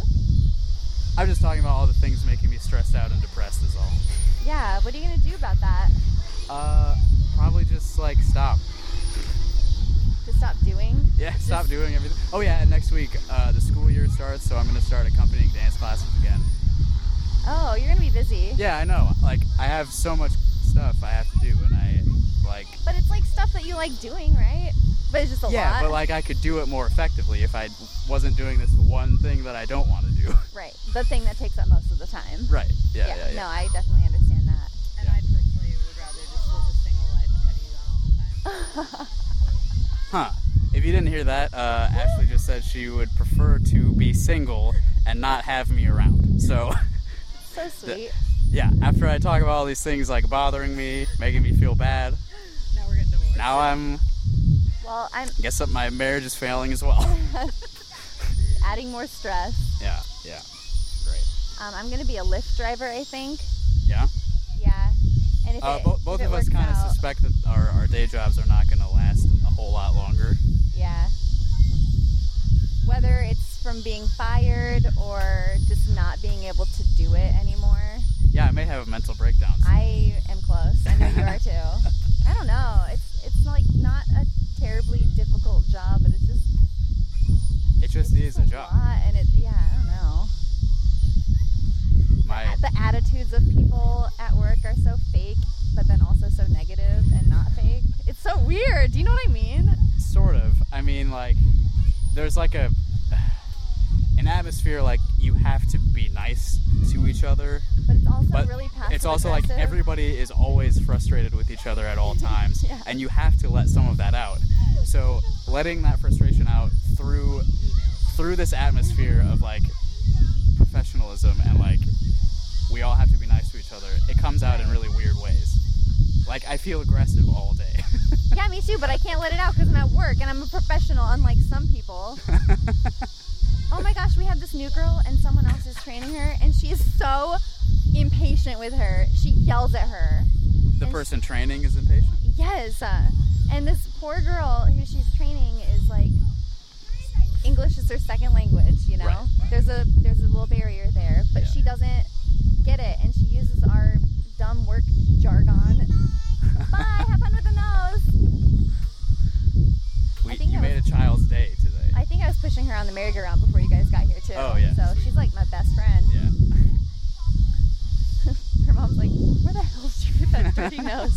[SPEAKER 1] I'm just talking about all the things making me stressed out and depressed. Is all.
[SPEAKER 2] Yeah, what are you gonna do about that?
[SPEAKER 1] Uh, probably just like stop.
[SPEAKER 2] Just stop doing?
[SPEAKER 1] Yeah, stop doing everything. Oh yeah, and next week uh, the school year starts, so I'm gonna start accompanying dance classes again.
[SPEAKER 2] Oh, you're gonna be busy.
[SPEAKER 1] Yeah, I know. Like I have so much stuff I have to do, and I like.
[SPEAKER 2] But it's like stuff that you like doing, right? But it's just a
[SPEAKER 1] yeah,
[SPEAKER 2] lot.
[SPEAKER 1] but like I could do it more effectively if I wasn't doing this one thing that I don't want to do. <laughs>
[SPEAKER 2] right, the thing that takes up most of the time.
[SPEAKER 1] right. Yeah. Yeah. yeah,
[SPEAKER 2] No, I definitely understand that.
[SPEAKER 3] And
[SPEAKER 1] Yeah.
[SPEAKER 3] I personally would rather just live a single life and have you on all the time.
[SPEAKER 1] Huh. If you didn't hear that, uh, Ashley just said she would prefer to be single and not have me around. So, <laughs>
[SPEAKER 2] So sweet.
[SPEAKER 1] yeah, after I talk about all these things like bothering me, making me feel bad,
[SPEAKER 3] Now we're getting divorced.
[SPEAKER 1] now I'm
[SPEAKER 2] Well, I'm
[SPEAKER 1] guess that my marriage is failing as well. <laughs>
[SPEAKER 2] <laughs> adding more stress.
[SPEAKER 1] yeah, yeah. Great.
[SPEAKER 2] Um, I'm gonna be a Lyft driver, I think.
[SPEAKER 1] Yeah.
[SPEAKER 2] Yeah. And if
[SPEAKER 1] Uh,
[SPEAKER 2] it,
[SPEAKER 1] bo-
[SPEAKER 2] if
[SPEAKER 1] both
[SPEAKER 2] it
[SPEAKER 1] of us
[SPEAKER 2] works
[SPEAKER 1] kind of
[SPEAKER 2] out-
[SPEAKER 1] suspect that our, our day jobs are not going to last a whole lot longer.
[SPEAKER 2] Yeah. Whether it's from being fired or just not being able to do it anymore,
[SPEAKER 1] Yeah, I may have a mental breakdown. soon.
[SPEAKER 2] I am close. I know you are
[SPEAKER 1] <laughs>
[SPEAKER 2] too. I don't know. It's it's like not a terribly difficult job, but it's just
[SPEAKER 1] it just
[SPEAKER 2] it's
[SPEAKER 1] needs
[SPEAKER 2] just
[SPEAKER 1] a job.
[SPEAKER 2] lot, and it yeah, I don't know.
[SPEAKER 1] My
[SPEAKER 2] the attitudes of people at work are so fake, but then also so negative and not fake. It's so weird. Do you know what I mean?
[SPEAKER 1] sort of. I mean, like, there's like a an an atmosphere like you have to be nice to each other,
[SPEAKER 2] But it's also
[SPEAKER 1] but
[SPEAKER 2] really passive.
[SPEAKER 1] it's also like
[SPEAKER 2] aggressive.
[SPEAKER 1] everybody is always frustrated with each other at all times,
[SPEAKER 2] <laughs> Yeah.
[SPEAKER 1] and you have to let some of that out. So letting that frustration out through through this atmosphere of like professionalism and like we all have to be nice to each other, it comes out in really weird ways. Like I feel aggressive all day. <laughs>
[SPEAKER 2] Yeah, me too, but I can't let it out because I'm at work and I'm a professional, unlike some people. oh my gosh, we have this new girl and someone else is training her, and she is so impatient with her. She yells at her.
[SPEAKER 1] the person training is impatient.
[SPEAKER 2] Yes. Uh, and this poor girl who she's training is like English is her second language, you know.
[SPEAKER 1] Right, right.
[SPEAKER 2] There's a there's a little barrier there, but
[SPEAKER 1] Yeah.
[SPEAKER 2] she doesn't get it and she uses our dumb work jargon. Bye, have fun with the nose.
[SPEAKER 1] <laughs> We,
[SPEAKER 2] I think
[SPEAKER 1] you
[SPEAKER 2] I was-
[SPEAKER 1] made a child's day today.
[SPEAKER 2] I think I was pushing her on the merry-go-round before you guys got here too.
[SPEAKER 1] Oh, yeah,
[SPEAKER 2] So
[SPEAKER 1] sweet.
[SPEAKER 2] she's like my best friend.
[SPEAKER 1] yeah.
[SPEAKER 2] her mom's like, where the hell did you get that dirty nose?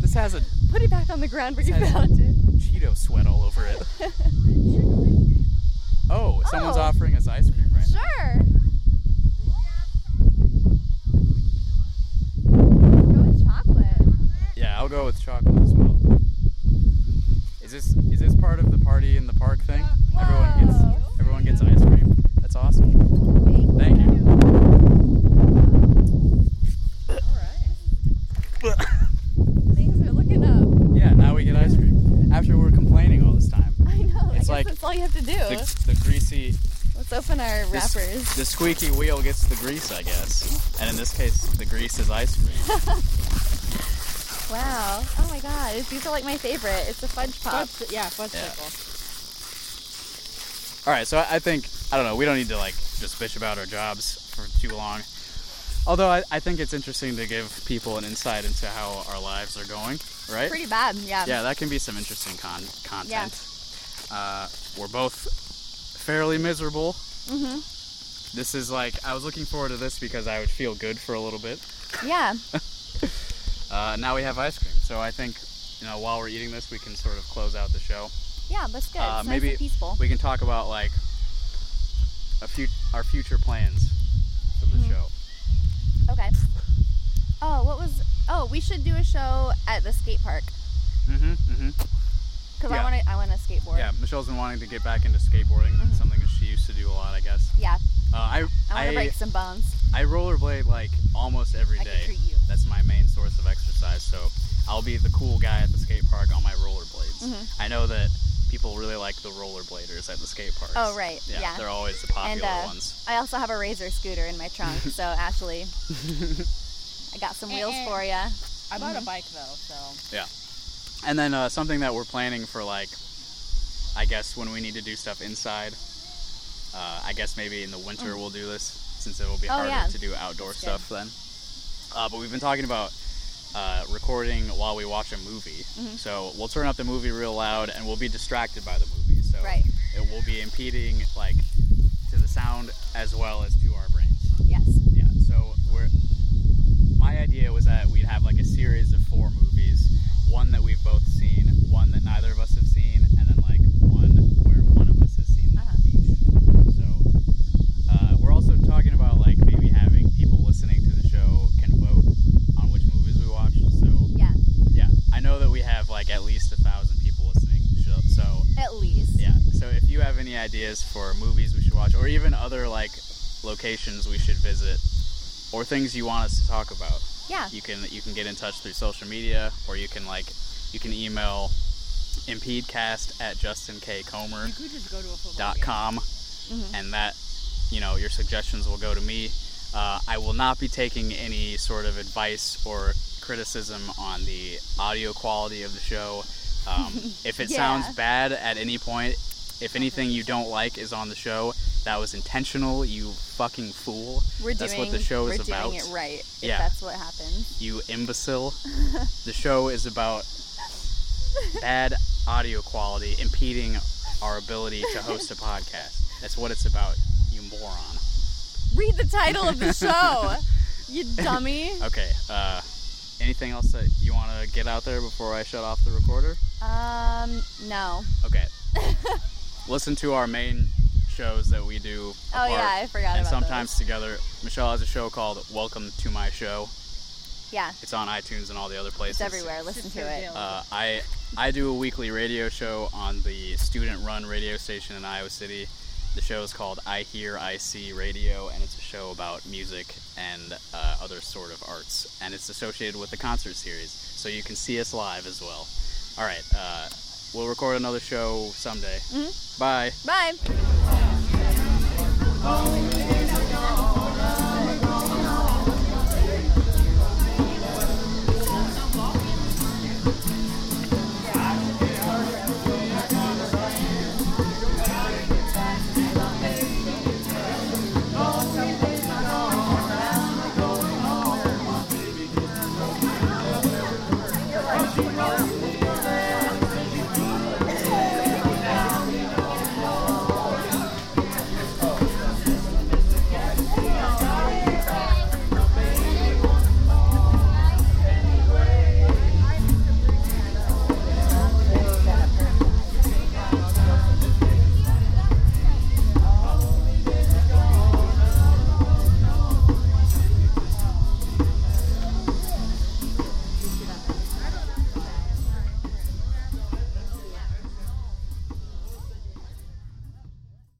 [SPEAKER 1] This has a
[SPEAKER 2] Put it back on the ground where you
[SPEAKER 1] Says-
[SPEAKER 2] found it.
[SPEAKER 1] Cheeto sweat all over it.
[SPEAKER 2] <laughs>
[SPEAKER 1] Oh, someone's
[SPEAKER 2] Oh.
[SPEAKER 1] offering us ice cream right
[SPEAKER 2] Sure. Go with chocolate.
[SPEAKER 1] now. Yeah, I'll go with chocolate as well. Is this is this part of the party in the park thing? Everyone
[SPEAKER 2] Whoa.
[SPEAKER 1] gets everyone gets ice cream. That's awesome. Thank you.
[SPEAKER 2] Things are looking up.
[SPEAKER 1] Yeah, now we get ice cream. After we're complaining all this time.
[SPEAKER 2] I know. I
[SPEAKER 1] It's
[SPEAKER 2] guess
[SPEAKER 1] like
[SPEAKER 2] that's all you have to do.
[SPEAKER 1] The, the greasy
[SPEAKER 2] Let's open our
[SPEAKER 1] the s-
[SPEAKER 2] wrappers.
[SPEAKER 1] the squeaky wheel gets the grease, I guess. And in this case, the grease is ice cream.
[SPEAKER 2] Wow. Oh my god. These are like my favorite. It's a fudge pop.
[SPEAKER 3] Fudge, yeah, fudge
[SPEAKER 1] Yeah.
[SPEAKER 3] pickle.
[SPEAKER 1] All right, so I I think I don't know. We don't need to like just bitch about our jobs for too long. Although I, I think it's interesting to give people an insight into how our lives are going, right?
[SPEAKER 2] Pretty bad. Yeah.
[SPEAKER 1] yeah, that can be some interesting con- content. Uh, we're both fairly miserable. Mm-hmm. This is like I was looking forward to this because I would feel good for a little bit. <laughs>
[SPEAKER 2] Yeah.
[SPEAKER 1] Uh, now we have ice cream, so I think you know while we're eating this, we can sort of close out the show.
[SPEAKER 2] Yeah. That's good.
[SPEAKER 1] Uh,
[SPEAKER 2] it's
[SPEAKER 1] maybe
[SPEAKER 2] nice and peaceful.
[SPEAKER 1] we can talk about like a few our future plans for
[SPEAKER 2] Mm-hmm.
[SPEAKER 1] the show.
[SPEAKER 2] Okay. Oh, what was? Oh, we should do a show at the skate park
[SPEAKER 1] Mm-hmm. Mm-hmm.
[SPEAKER 2] because I
[SPEAKER 1] Yeah.
[SPEAKER 2] want to. I want to skateboard.
[SPEAKER 1] Yeah, Michelle's been wanting to get back into skateboarding. That's something that she used to do a lot, I guess.
[SPEAKER 2] Yeah.
[SPEAKER 1] Uh, I
[SPEAKER 2] Mm-hmm. I want to
[SPEAKER 1] I,
[SPEAKER 2] break some bones.
[SPEAKER 1] I rollerblade like almost every
[SPEAKER 3] I
[SPEAKER 1] day.
[SPEAKER 3] could treat you.
[SPEAKER 1] That's my main source of exercise. So I'll be the cool guy at the skate park on my rollerblades.
[SPEAKER 2] Mm-hmm.
[SPEAKER 1] I know that people really like the rollerbladers at the skate parks.
[SPEAKER 2] Oh, right, yeah.
[SPEAKER 1] They're always the popular
[SPEAKER 2] and uh,
[SPEAKER 1] ones.
[SPEAKER 2] I also have a razor scooter in my
[SPEAKER 1] <laughs>
[SPEAKER 2] trunk, so Ashley, I got some wheels
[SPEAKER 3] Eh, eh.
[SPEAKER 2] for you.
[SPEAKER 3] I bought a bike though, so
[SPEAKER 1] Yeah. And then uh, something that we're planning for, like, I guess when we need to do stuff inside. Uh, I guess maybe in the winter we'll do this since it will be
[SPEAKER 2] Mm. Oh,
[SPEAKER 1] harder
[SPEAKER 2] yeah.
[SPEAKER 1] to do outdoor
[SPEAKER 3] good.
[SPEAKER 1] stuff then. Uh, but we've been talking about uh, recording while we watch a movie.
[SPEAKER 2] Mm-hmm.
[SPEAKER 1] So we'll turn up the movie real loud and we'll be distracted by the movie. So
[SPEAKER 2] Right.
[SPEAKER 1] it will be impeding, like, to the sound as well as to our brains.
[SPEAKER 2] Yes.
[SPEAKER 1] Yeah, so we're. My idea was that we'd have like a series of four movies, one that we've both seen, one that neither of us have seen, and then like one where one of us has seen them
[SPEAKER 2] Uh-huh.
[SPEAKER 1] each. So uh, we're also talking about like maybe having people listening to the show can vote on which movies we watch. So
[SPEAKER 2] Yeah.
[SPEAKER 1] yeah, I know that we have like at least a thousand people listening. So- So
[SPEAKER 2] At least.
[SPEAKER 1] yeah. So if you have any ideas for movies we should watch, or even other like locations we should visit, or things you want us to talk about,
[SPEAKER 2] Yeah.
[SPEAKER 1] you can you can get in touch through social media, or you can like you can email impedecast at
[SPEAKER 3] you
[SPEAKER 1] justinkcomer.com,
[SPEAKER 3] could just go to a football game.
[SPEAKER 2] Mm-hmm.
[SPEAKER 1] and that you know your suggestions will go to me. Uh, I will not be taking any sort of advice or criticism on the audio quality of the show.
[SPEAKER 2] <laughs>
[SPEAKER 1] Um, if it
[SPEAKER 2] Yeah.
[SPEAKER 1] sounds bad at any point, if anything you don't like is on the show, that was intentional. You fucking fool.
[SPEAKER 2] We're
[SPEAKER 1] That's
[SPEAKER 2] doing.
[SPEAKER 1] what the show
[SPEAKER 2] we're
[SPEAKER 1] is about.
[SPEAKER 2] doing it right. If
[SPEAKER 1] Yeah.
[SPEAKER 2] That's what happens.
[SPEAKER 1] You imbecile. the show is about bad audio quality impeding our ability to host a podcast. That's what it's about, you moron.
[SPEAKER 2] Read the title
[SPEAKER 1] <laughs>
[SPEAKER 2] of the show. you dummy.
[SPEAKER 1] Okay. Uh, anything else that you want to get out there before I shut off the recorder?
[SPEAKER 2] Um. No. <laughs>
[SPEAKER 1] Okay. Listen to our main shows that we do.
[SPEAKER 2] Oh,
[SPEAKER 1] apart,
[SPEAKER 2] yeah, I forgot
[SPEAKER 1] And
[SPEAKER 2] about
[SPEAKER 1] sometimes
[SPEAKER 2] those.
[SPEAKER 1] together. Michelle has a show called Welcome to My Show.
[SPEAKER 2] Yeah,
[SPEAKER 1] It's on iTunes and all the other places.
[SPEAKER 2] it's everywhere. Listen to it.
[SPEAKER 1] Uh, I I do a weekly radio show on the student-run radio station in Iowa City. The show is called I Hear I See Radio, and it's a show about music and uh, other sort of arts, and it's associated with the concert series, so you can see us live as well. All right, uh, we'll record another show someday. Bye.
[SPEAKER 2] Bye.